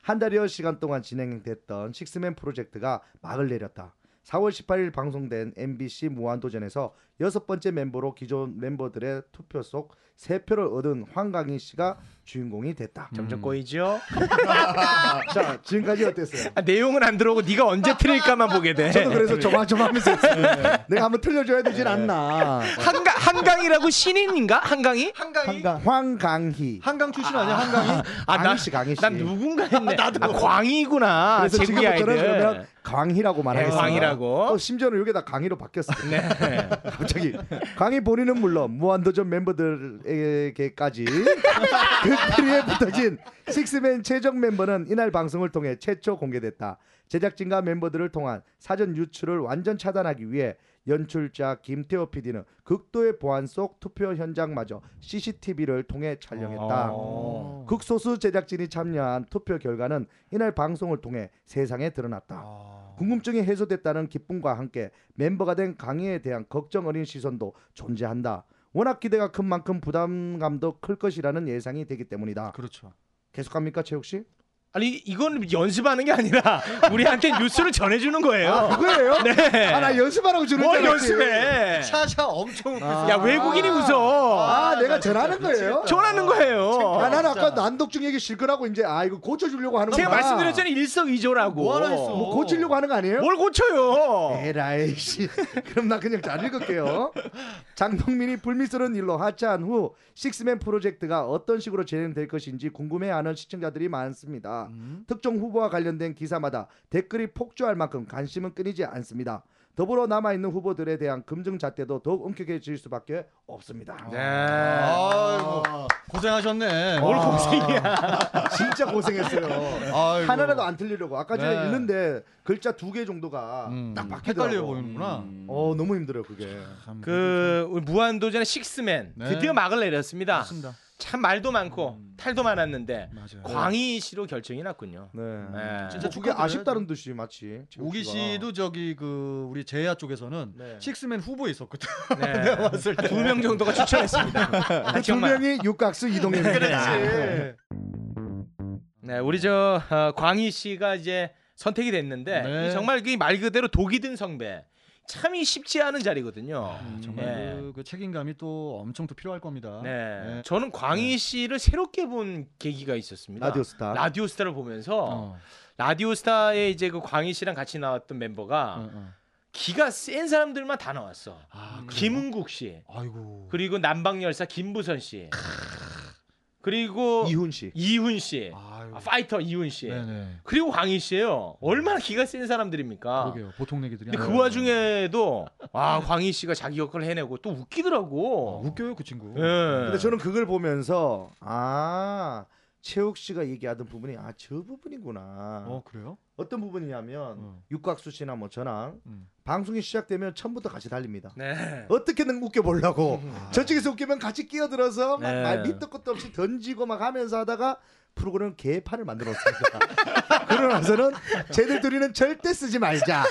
Speaker 3: 한 달여 시간 동안 진행됐던 식스맨 프로젝트가 막을 내렸다. 4월 18일 방송된 MBC 무한도전에서 여섯 번째 멤버로 기존 멤버들의 투표 속 세표를 얻은 황강희 씨가 주인공이 됐다.
Speaker 2: 점점 꼬이죠.
Speaker 3: 자, 지금까지 어땠어요?
Speaker 2: 아, 내용은 안 들어오고 네가 언제 틀릴까만 보게 돼.
Speaker 3: 저도 그래서 조마조마하면서 했어요. 내가 한번 틀려줘야 되진 않나.
Speaker 2: 한강 한강이라고 신인인가? 한강이?
Speaker 3: 황강, 황강희.
Speaker 5: 한강 출신 아니야 한강이?
Speaker 2: 아, 나-
Speaker 3: 강희 씨, 강희 씨.
Speaker 2: 난 누군가 했네. 아, 광이구나.
Speaker 3: 그래서
Speaker 2: 제국의
Speaker 3: 지금부터는
Speaker 2: 아이들. 네.
Speaker 3: 그러면 광희라고 말하겠습니다.
Speaker 2: 광희라고.
Speaker 3: 또 심지어는 여기다 강의로 바뀌었어요.
Speaker 2: 네.
Speaker 3: 갑자기 강의 본인은 물론 무한도전 멤버들에게까지 그 뿌리에 붙어진 식스맨 최종 멤버는 이날 방송을 통해 최초 공개됐다. 제작진과 멤버들을 통한 사전 유출을 완전 차단하기 위해 연출자 김태호 PD는 극도의 보안 속 투표 현장마저 CCTV를 통해 촬영했다.
Speaker 2: 어.
Speaker 3: 극소수 제작진이 참여한 투표 결과는 이날 방송을 통해 세상에 드러났다. 궁금증이 해소됐다는 기쁨과 함께 멤버가 된 강희에 대한 걱정 어린 시선도 존재한다. 워낙 기대가 큰 만큼 부담감도 클 것이라는 예상이 되기 때문이다.
Speaker 5: 그렇죠.
Speaker 3: 계속합니까, 최욱 씨?
Speaker 2: 아니 이건 연습하는 게 아니라 우리한테 뉴스를 전해주는 거예요.
Speaker 3: 아, 그거예요?
Speaker 2: 네.
Speaker 3: 아, 나 아. 연습하라고 주는
Speaker 2: 뭘
Speaker 3: 줄 알았지.
Speaker 2: 연습해?
Speaker 1: 샤샤 엄청 웃겼어.
Speaker 2: 야 외국인이 웃어.
Speaker 3: 아, 내가 전하는 거예요?
Speaker 2: 전하는 거예요.
Speaker 3: 아, 난 아까 난독증 얘기 실거라고 이제 아 이거 고쳐주려고 하는 거
Speaker 2: 제가 말씀드렸잖아요 일석이조라고.
Speaker 1: 뭐 하나 했어.
Speaker 3: 뭐 고치려고 하는 거 아니에요?
Speaker 2: 뭘
Speaker 1: 어.
Speaker 2: 고쳐요?
Speaker 3: 에라이 씨. 그럼 나 그냥 잘 읽을게요. 장동민이 불미스러운 일로 하차한 후 식스맨 프로젝트가 어떤 식으로 진행될 것인지 궁금해하는 시청자들이 많습니다.
Speaker 1: 음.
Speaker 3: 특정 후보와 관련된 기사마다 댓글이 폭주할 만큼 관심은 끊이지 않습니다. 더불어 남아 있는 후보들에 대한 검증 잣대도 더욱 엄격해질 수밖에 없습니다.
Speaker 1: 아.
Speaker 2: 네.
Speaker 1: 아이고 고생하셨네.
Speaker 5: 어,
Speaker 2: 뭘 고생이야?
Speaker 3: 진짜 고생했어요.
Speaker 1: 아이고.
Speaker 3: 하나라도 안 틀리려고 아까 전에
Speaker 1: 네.
Speaker 3: 읽는데 글자 두 개 정도가
Speaker 1: 음,
Speaker 3: 딱
Speaker 1: 헷갈려
Speaker 3: 바뀌더라고요.
Speaker 2: 음.
Speaker 1: 보이는구나. 음.
Speaker 3: 어 너무 힘들어요 그게.
Speaker 1: 참,
Speaker 2: 그 우리 무한도전의 식스맨
Speaker 1: 네.
Speaker 2: 드디어 막을 내렸습니다.
Speaker 1: 좋습니다. 음.
Speaker 2: 참 말도 많고 탈도 많았는데
Speaker 1: 맞아요.
Speaker 2: 광희 씨로 결정이 났군요.
Speaker 3: 네.
Speaker 2: 네.
Speaker 1: 음. 진짜
Speaker 3: 그게
Speaker 1: 축하드려요.
Speaker 3: 아쉽다는 듯이 마치 재욱
Speaker 1: 오기
Speaker 3: 씨가.
Speaker 1: 씨도 저기 그 우리 제야 쪽에서는
Speaker 2: 네.
Speaker 1: 식스맨 후보에 있었거든.
Speaker 2: 네. 두명 정도가 추천했습니다. 네,
Speaker 3: 그두
Speaker 2: 한정만.
Speaker 3: 명이 육각수 이동현입니다.
Speaker 1: 네.
Speaker 2: 네, 우리 저 어, 광희 씨가 이제 선택이 됐는데
Speaker 1: 네.
Speaker 2: 이 정말 그 말 그대로 독이 든 성배. 참이 쉽지 않은 자리거든요.
Speaker 1: 정말
Speaker 2: 네.
Speaker 1: 그, 그 책임감이 또 엄청 또 필요할 겁니다.
Speaker 2: 네.
Speaker 1: 네.
Speaker 2: 저는 광희 씨를 새롭게 본 계기가 있었습니다.
Speaker 3: 라디오스타.
Speaker 2: 라디오스타를 보면서
Speaker 1: 어.
Speaker 2: 라디오스타에 이제 그 광희 씨랑 같이 나왔던 멤버가
Speaker 1: 어, 어.
Speaker 2: 기가 센 사람들만 다 나왔어.
Speaker 1: 아,
Speaker 2: 음.
Speaker 1: 그래요?
Speaker 2: 김은국 씨,
Speaker 1: 아이고.
Speaker 2: 그리고 남방열사 김부선 씨, 그리고
Speaker 3: 이훈
Speaker 1: 네.
Speaker 3: 씨.
Speaker 2: 이훈 씨,
Speaker 1: 아이고.
Speaker 2: 아, 파이터 이훈 씨,
Speaker 1: 네네.
Speaker 2: 그리고 광희 씨예요. 얼마나 기가 센 사람들입니까?
Speaker 1: 그러게요. 네. 보통 내기들이.
Speaker 2: 근데 그
Speaker 1: 아니에요.
Speaker 2: 와중에도 와 광희 씨가 자기 역할을 해내고 또
Speaker 1: 아,
Speaker 2: 웃기더라고.
Speaker 1: 웃겨요 그 친구.
Speaker 2: 예.
Speaker 3: 근데 저는 그걸 보면서 아 최욱 씨가 얘기하던 부분이 아 저 부분이구나.
Speaker 1: 어 그래요?
Speaker 3: 어. 떤 부분이냐면
Speaker 1: 어.
Speaker 3: 육각수 씨나 뭐 저랑
Speaker 1: 음.
Speaker 3: 방송이 시작되면 처음부터 같이 달립니다.
Speaker 2: 네.
Speaker 3: 어떻게든
Speaker 1: 음,
Speaker 3: 웃겨보려고 저쪽에서 웃기면 같이 끼어들어서 막
Speaker 2: 네.
Speaker 3: 말 밑도 끝도 없이 던지고 막 하면서 하다가 프로그램 개판을 만들었습니다. 그러나서는 쟤들 둘이는 절대 쓰지 말자.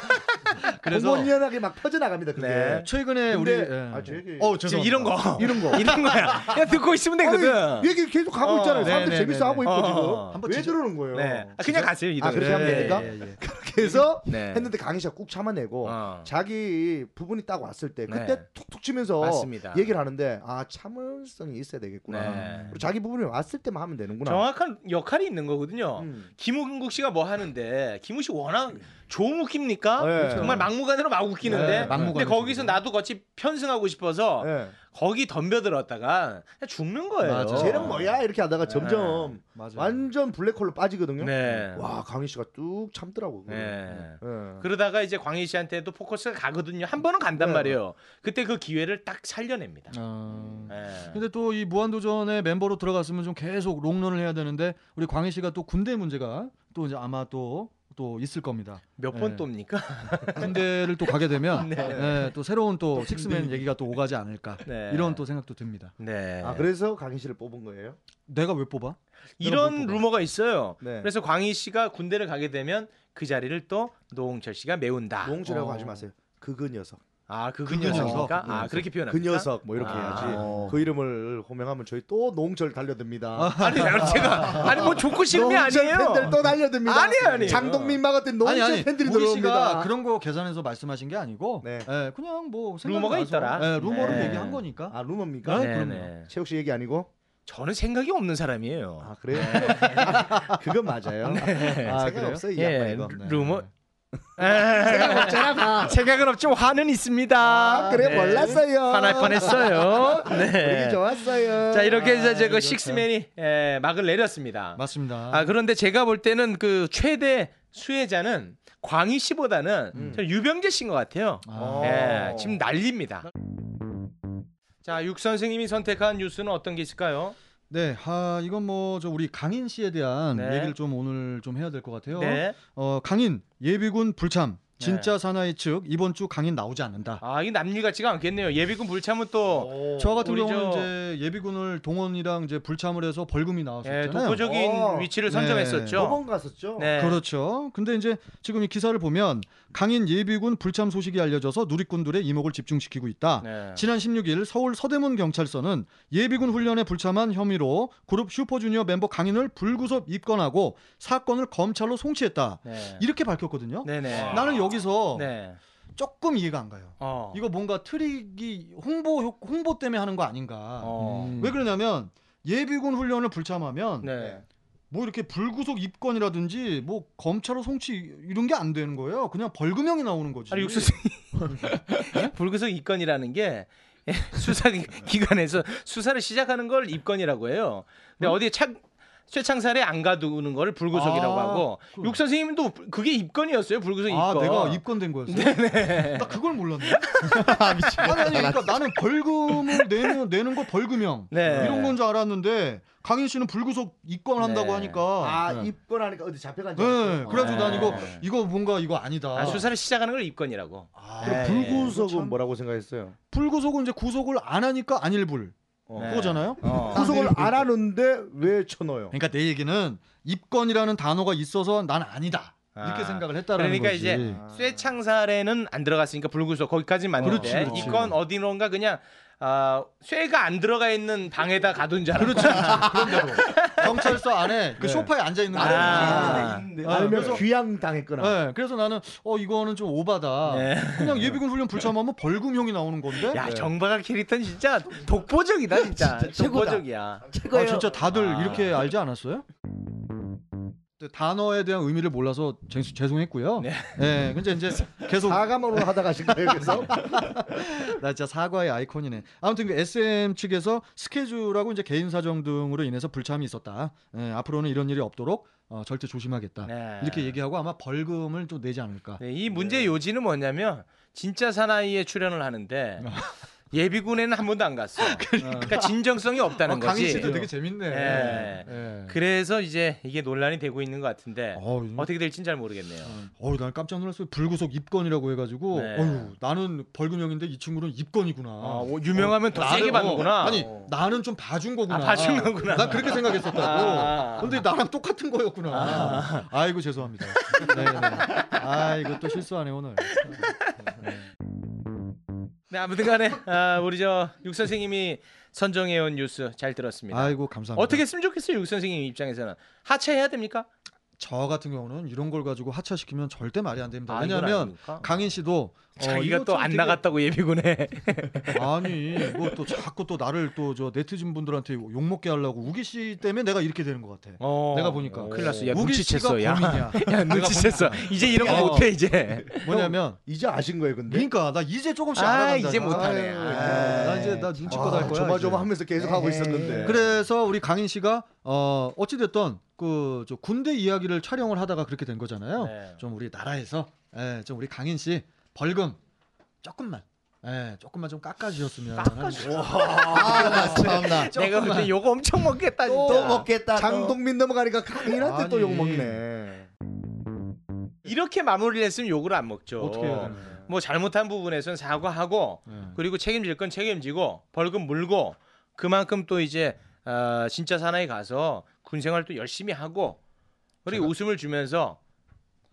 Speaker 1: 그래서-
Speaker 3: 공공연하게 막 퍼져나갑니다. 그게.
Speaker 2: 네.
Speaker 1: 최근에
Speaker 3: 근데
Speaker 1: 우리.
Speaker 3: 아, 저 얘기-
Speaker 1: 어
Speaker 2: 지금
Speaker 1: 죄송.
Speaker 2: 이런 거
Speaker 3: 이런 거.
Speaker 2: 이런 거야. 그냥 듣고 있으면 되거든.
Speaker 3: 아니, 얘기 계속 하고
Speaker 2: 어,
Speaker 3: 있잖아요.
Speaker 1: 네,
Speaker 3: 사람들
Speaker 1: 네,
Speaker 3: 재밌어
Speaker 1: 네,
Speaker 3: 하고 있고
Speaker 2: 네. 어.
Speaker 3: 지금
Speaker 1: 한번
Speaker 3: 왜
Speaker 1: 진짜-
Speaker 3: 저러는 거예요?
Speaker 2: 네. 아, 그냥 가세요 이동.
Speaker 3: 아,
Speaker 1: 네,
Speaker 3: 그렇게 하면 됩니까? 그래서
Speaker 2: 네.
Speaker 3: 했는데 뭐 강희 씨가 꾹 참아내고
Speaker 2: 어.
Speaker 3: 자기 부분이 딱 왔을 때 그때
Speaker 2: 네.
Speaker 3: 툭툭 치면서
Speaker 2: 맞습니다.
Speaker 3: 얘기를 하는데 아 참을성이 있어야 되겠구나.
Speaker 2: 네.
Speaker 3: 그리고 자기 부분이 왔을 때만 하면 되는구나.
Speaker 2: 정확한 역할이 있는 거거든요.
Speaker 3: 음.
Speaker 2: 김우국 씨가 뭐 하는데 김우 씨 워낙 좋은 웃깁니까?
Speaker 1: 그렇죠.
Speaker 3: 네.
Speaker 2: 정말 막무가내로 막 웃기는데
Speaker 1: 네, 막무가내로.
Speaker 2: 근데 거기서 나도 같이 편승하고 싶어서
Speaker 3: 예.
Speaker 2: 거기 덤벼들었다가 그냥 죽는 거예요.
Speaker 1: 맞아.
Speaker 3: 쟤는 뭐야 이렇게 하다가 점점
Speaker 1: 맞아.
Speaker 3: 완전 블랙홀로 빠지거든요.
Speaker 2: 네.
Speaker 3: 음. 와 강희 씨가 뚝 참더라고. 그걸.
Speaker 2: 네.
Speaker 3: 예.
Speaker 2: 그러다가 이제 광희 씨한테도 포커스가 가거든요. 한 번은 간단
Speaker 3: 네.
Speaker 2: 말이에요. 그때 그 기회를 딱 살려냅니다.
Speaker 1: 어.
Speaker 2: 네.
Speaker 1: 근데 또 이 무한도전의 멤버로 들어갔으면 좀 계속 롱런을 해야 되는데 우리 광희 씨가 또 군대 문제가 또 이제 아마 또 또 있을 겁니다.
Speaker 2: 몇 번
Speaker 1: 네.
Speaker 2: 또입니까?
Speaker 1: 군대를 또 가게 되면
Speaker 2: 네.
Speaker 1: 네, 또 새로운 또 식스맨 얘기가 또 오가지 않을까
Speaker 2: 네.
Speaker 1: 이런 또 생각도 듭니다.
Speaker 2: 네.
Speaker 3: 아 그래서 강희 씨를 뽑은 거예요?
Speaker 1: 내가 왜 뽑아?
Speaker 3: 뭐
Speaker 2: 이런
Speaker 1: 뽑아봐.
Speaker 2: 루머가 있어요.
Speaker 3: 네.
Speaker 2: 그래서 광희 씨가 군대를 가게 되면 그 자리를 또 노홍철 씨가 메운다.
Speaker 3: 농주라고
Speaker 1: 어.
Speaker 3: 하지 마세요. 그그 녀석,
Speaker 2: 아, 그
Speaker 1: 그 녀석.
Speaker 2: 근녀석입니까?
Speaker 1: 그
Speaker 2: 아,
Speaker 1: 녀석.
Speaker 2: 그렇게 표현합니까?
Speaker 3: 그 녀석 뭐 이렇게
Speaker 2: 아.
Speaker 3: 해야지.
Speaker 1: 어.
Speaker 3: 그 이름을 호명하면 저희 또 농철 달려듭니다.
Speaker 2: 아니, 제가 아니 뭐 좋고 싫은 게
Speaker 3: 농철 팬들
Speaker 2: 아니에요.
Speaker 3: 또 달려듭니다. 네.
Speaker 2: 아니에요, 아니에요.
Speaker 3: 장동민마 같은 농철 팬들이
Speaker 1: 우기
Speaker 2: 아,
Speaker 3: 들어옵니다.
Speaker 5: 아,
Speaker 1: 씨가 그런 거 계산해서 말씀하신 게 아니고
Speaker 3: 네.
Speaker 1: 예, 그냥 뭐
Speaker 2: 루머가
Speaker 1: 생각나서,
Speaker 2: 있더라.
Speaker 1: 예, 루머를
Speaker 2: 네.
Speaker 1: 얘기한 거니까.
Speaker 3: 아 루머입니까?
Speaker 1: 네, 그럼요.
Speaker 2: 네.
Speaker 3: 최욱 씨 얘기 아니고?
Speaker 2: 저는 생각이 없는 사람이에요.
Speaker 3: 아 그래요? 그건 맞아요. 아,
Speaker 1: 아,
Speaker 3: 생각
Speaker 1: 그래요?
Speaker 3: 없어요 이 양반
Speaker 2: 예,
Speaker 3: 이거. 네.
Speaker 2: 루- 루머. 생각 없잖아. 생각은 없지만 화는 있습니다.
Speaker 3: 아, 그래
Speaker 2: 네.
Speaker 3: 몰랐어요.
Speaker 2: 화날 뻔했어요.
Speaker 3: 분위기
Speaker 2: 네.
Speaker 3: 좋았어요.
Speaker 2: 자 이렇게 해서
Speaker 1: 아,
Speaker 2: 이제 그
Speaker 1: 이거 참.
Speaker 2: 식스맨이 예, 막을 내렸습니다.
Speaker 1: 맞습니다.
Speaker 2: 아 그런데 제가 볼 때는 그 최대 수혜자는 광희 씨보다는
Speaker 5: 음.
Speaker 2: 저는 유병재 씨인 것 같아요.
Speaker 5: 아.
Speaker 2: 예, 지금 난립니다. 자, 육 선생님이 선택한 뉴스는 어떤 게 있을까요?
Speaker 5: 네, 아, 이건 뭐 저 우리 강인 씨에 대한
Speaker 2: 네.
Speaker 5: 얘기를 좀 오늘 좀 해야 될 것 같아요.
Speaker 2: 네.
Speaker 5: 어, 강인 예비군 불참 진짜 사나이 측 이번 주 강인 나오지 않는다.
Speaker 2: 아, 이게 남일 같지가 않겠네요. 예비군 불참은 또
Speaker 5: 저 같은
Speaker 2: 아, 우리
Speaker 5: 경우는
Speaker 2: 저-
Speaker 5: 이제 예비군을 동원이랑 이제 불참을 해서 벌금이
Speaker 2: 예,
Speaker 5: 나왔었잖아요.
Speaker 2: 독보적인
Speaker 3: 어.
Speaker 2: 위치를
Speaker 5: 네.
Speaker 2: 선점했었죠.
Speaker 3: 법원 뭐 갔었죠.
Speaker 2: 네.
Speaker 5: 그렇죠. 근데 이제 지금 이 기사를 보면 강인 예비군 불참 소식이 알려져서 누리꾼들의 이목을 집중시키고 있다.
Speaker 2: 네.
Speaker 5: 지난 16일 서울 서대문 경찰서는 예비군 훈련에 불참한 혐의로 그룹 슈퍼주니어 멤버 강인을 불구속 입건하고 사건을 검찰로 송치했다.
Speaker 2: 네.
Speaker 5: 이렇게 밝혔거든요.
Speaker 2: 네네.
Speaker 5: 나는 여기서
Speaker 2: 네.
Speaker 5: 조금 이해가 안 가요.
Speaker 2: 어.
Speaker 5: 이거 뭔가 트릭이 홍보 효- 홍보 때문에 하는 거 아닌가?
Speaker 2: 어.
Speaker 4: 음.
Speaker 5: 왜 그러냐면 예비군 훈련을 불참하면
Speaker 2: 네.
Speaker 5: 뭐 이렇게 불구속 입건이라든지 뭐 검찰로 송치 이런 게 안 되는 거예요. 그냥 벌금형이 나오는 거지.
Speaker 2: 아니 육수생 불구속 입건이라는 게 수사 기- 기관에서 수사를 시작하는 걸 입건이라고 해요. 근데 어디에 착 최창살에 안 가두는 걸 불구속이라고
Speaker 5: 아,
Speaker 2: 하고 육 선생님도 그게 입건이었어요. 불구속 입건. 네,
Speaker 5: 아, 내가 입건된 거였어. 나 그걸 몰랐네. 아니, 아니, 그러니까 나는 벌금을 내는, 내는 거 벌금형.
Speaker 2: 네.
Speaker 5: 이런 건 줄 알았는데, 강인 씨는 불구속 입건을 한다고
Speaker 2: 네.
Speaker 5: 하니까.
Speaker 3: 아
Speaker 5: 네.
Speaker 3: 입건하니까 어디 잡혀간 줄
Speaker 5: 네,
Speaker 3: 알았어요.
Speaker 5: 그래가지고
Speaker 2: 네.
Speaker 5: 난 이거, 이거 뭔가 이거 아니다.
Speaker 2: 아, 수사를 시작하는 걸 입건이라고.
Speaker 3: 그럼
Speaker 2: 네.
Speaker 3: 불구속은
Speaker 5: 참-
Speaker 3: 뭐라고 생각했어요?
Speaker 5: 불구속은 이제 구속을 안 하니까 안일불.
Speaker 2: 네.
Speaker 5: 그거잖아요?
Speaker 2: 어.
Speaker 3: 구속을
Speaker 5: 아, 네,
Speaker 3: 안 하는데 왜 쳐넣어요?
Speaker 2: 네.
Speaker 5: 그러니까 내 얘기는 입건이라는 단어가 있어서 난 아니다. 이렇게
Speaker 2: 아,
Speaker 5: 생각을 했다라는
Speaker 2: 그러니까
Speaker 5: 거지. 아,
Speaker 2: 이제
Speaker 3: 아.
Speaker 2: 쇠창살에는 안 들어갔으니까 불구속 거기까지
Speaker 5: 그렇지,
Speaker 2: 맞는데
Speaker 5: 그렇지.
Speaker 2: 이건 어디론가 그냥 아, 쇠가 안 들어가 있는 방에다 가둔 줄 알았고
Speaker 5: 경찰서 안에 그 소파에 앉아 있는 거야.
Speaker 2: 네. 아.
Speaker 4: 있는데.
Speaker 5: 아,
Speaker 3: 알면
Speaker 5: 그래서-
Speaker 3: 귀양 당했거나.
Speaker 5: 네, 그래서 나는 어 이거는 좀 오바다.
Speaker 2: 네.
Speaker 5: 그냥 예비군 훈련 불참하면 벌금형이 나오는 건데.
Speaker 2: 야 정박아 캐릭터는 진짜 독보적이다 진짜,
Speaker 4: 최고다.
Speaker 2: 독보적이야
Speaker 5: 아, 진짜 다들
Speaker 2: 아.
Speaker 5: 이렇게 알지 않았어요? 근데 단어에 대한 의미를 몰라서 죄- 죄송했고요.
Speaker 2: 네.
Speaker 5: 네. 근데 이제 계속
Speaker 3: 사과문으로 하다 가신 거예요, 그래서?
Speaker 5: 나 진짜 사과의 아이콘이네. 아무튼 그 SM 측에서 스케줄하고 이제 개인 사정 등으로 인해서 불참이 있었다. 예, 앞으로는 이런 일이 없도록 어, 절대 조심하겠다.
Speaker 2: 네.
Speaker 5: 이렇게 예. 얘기하고 아마 벌금을 좀 내지 않을까.
Speaker 2: 네, 이 문제의 요지는 뭐냐면 진짜 사나이에 출연을 하는데 예비군에는 한 번도 안 갔어 그러니까 진정성이 없다는
Speaker 5: 어, 강인
Speaker 2: 거지
Speaker 5: 씨도 되게 재밌네.
Speaker 2: 네.
Speaker 5: 예.
Speaker 2: 그래서 이제 이게 논란이 되고 있는 것 같은데
Speaker 5: 어우,
Speaker 2: 어떻게 될진 잘 모르겠네요
Speaker 5: 어우, 난 깜짝 놀랐어요. 불구속 입건이라고 해가지고,
Speaker 2: 네.
Speaker 5: 어유, 나는 벌금형인데 이 친구는 입건이구나.
Speaker 2: 아, 오, 유명하면 더 세게
Speaker 5: 나는-
Speaker 2: 받는구나
Speaker 5: 어, 아니, 나는 좀 봐준 거구나.
Speaker 2: 아, 봐준 거구나.
Speaker 5: 난 그렇게 생각했었다고. 어.
Speaker 2: 아.
Speaker 5: 근데 나랑 똑같은 거였구나. 아. 이고 죄송합니다. 네, 네. 아이고 또 실수하네 오늘.
Speaker 2: 네, 아무튼간에 아, 우리 저 육 선생님이 선정해온 뉴스 잘 들었습니다
Speaker 5: 아이고 감사합니다.
Speaker 2: 어떻게 했으면 좋겠어요 육 선생님 입장에서는 하차해야 됩니까?
Speaker 5: 저 같은 경우는 이런 걸 가지고 하차시키면 절대 말이 안 됩니다.
Speaker 2: 아, 이건
Speaker 5: 그러니까 왜냐하면
Speaker 2: 아닙니까?
Speaker 5: 강인 씨도 어,
Speaker 2: 자기가
Speaker 5: 이거
Speaker 2: 또
Speaker 5: 좀
Speaker 2: 안
Speaker 5: 되게-
Speaker 2: 나갔다고 예비군에
Speaker 5: 아니 뭐 또 자꾸 또 나를 또 저 네티즌 분들한테 욕 먹게 하려고 우기 씨 때문에 내가 이렇게 되는 것 같아.
Speaker 2: 어.
Speaker 5: 내가 보니까
Speaker 2: 큰일 났어. 야,
Speaker 5: 우기 씨가
Speaker 2: 눈치챘어. 야.
Speaker 5: 범인이야.
Speaker 2: 야, 눈치챘어. 이제 이런 거
Speaker 5: 어.
Speaker 2: 못해 이제.
Speaker 5: 뭐냐면
Speaker 3: 이제 아신 거예요, 근데?
Speaker 5: 그러니까 나 이제 조금씩
Speaker 2: 아,
Speaker 5: 알아간다.
Speaker 2: 이제 못하네.
Speaker 5: 아유, 예. 아,
Speaker 2: 아.
Speaker 5: 나 이제 나 눈치껏 할 거야. 이제.
Speaker 3: 아,
Speaker 5: 예.
Speaker 3: 조마조마하면서 계속
Speaker 2: 네.
Speaker 3: 하고 있었는데.
Speaker 5: 그래서 우리 강인 씨가 어 어찌 됐던 그저 군대 이야기를 촬영을 하다가 그렇게 된 거잖아요.
Speaker 2: 네.
Speaker 5: 좀 우리 나라에서 예, 좀 우리 강인 씨 벌금 조금만 예, 조금만 좀 깎아 주셨으면
Speaker 3: 아, 참나.
Speaker 2: 내가 그때 요거 엄청 먹겠다.
Speaker 3: 또
Speaker 2: 진짜.
Speaker 3: 먹겠다. 장동민 넘어가니까 강인한테 또
Speaker 5: 아니.
Speaker 3: 욕 먹네.
Speaker 2: 이렇게 마무리를 했으면 욕을 안 먹죠.
Speaker 5: 어떻게 해야 되나?
Speaker 2: 뭐 잘못한 부분에선 사과하고 그리고 책임질 건 책임지고 벌금 물고 그만큼 또 이제 어, 진짜 사나이 가서 군 생활 또 열심히 하고 그리고 웃음을 주면서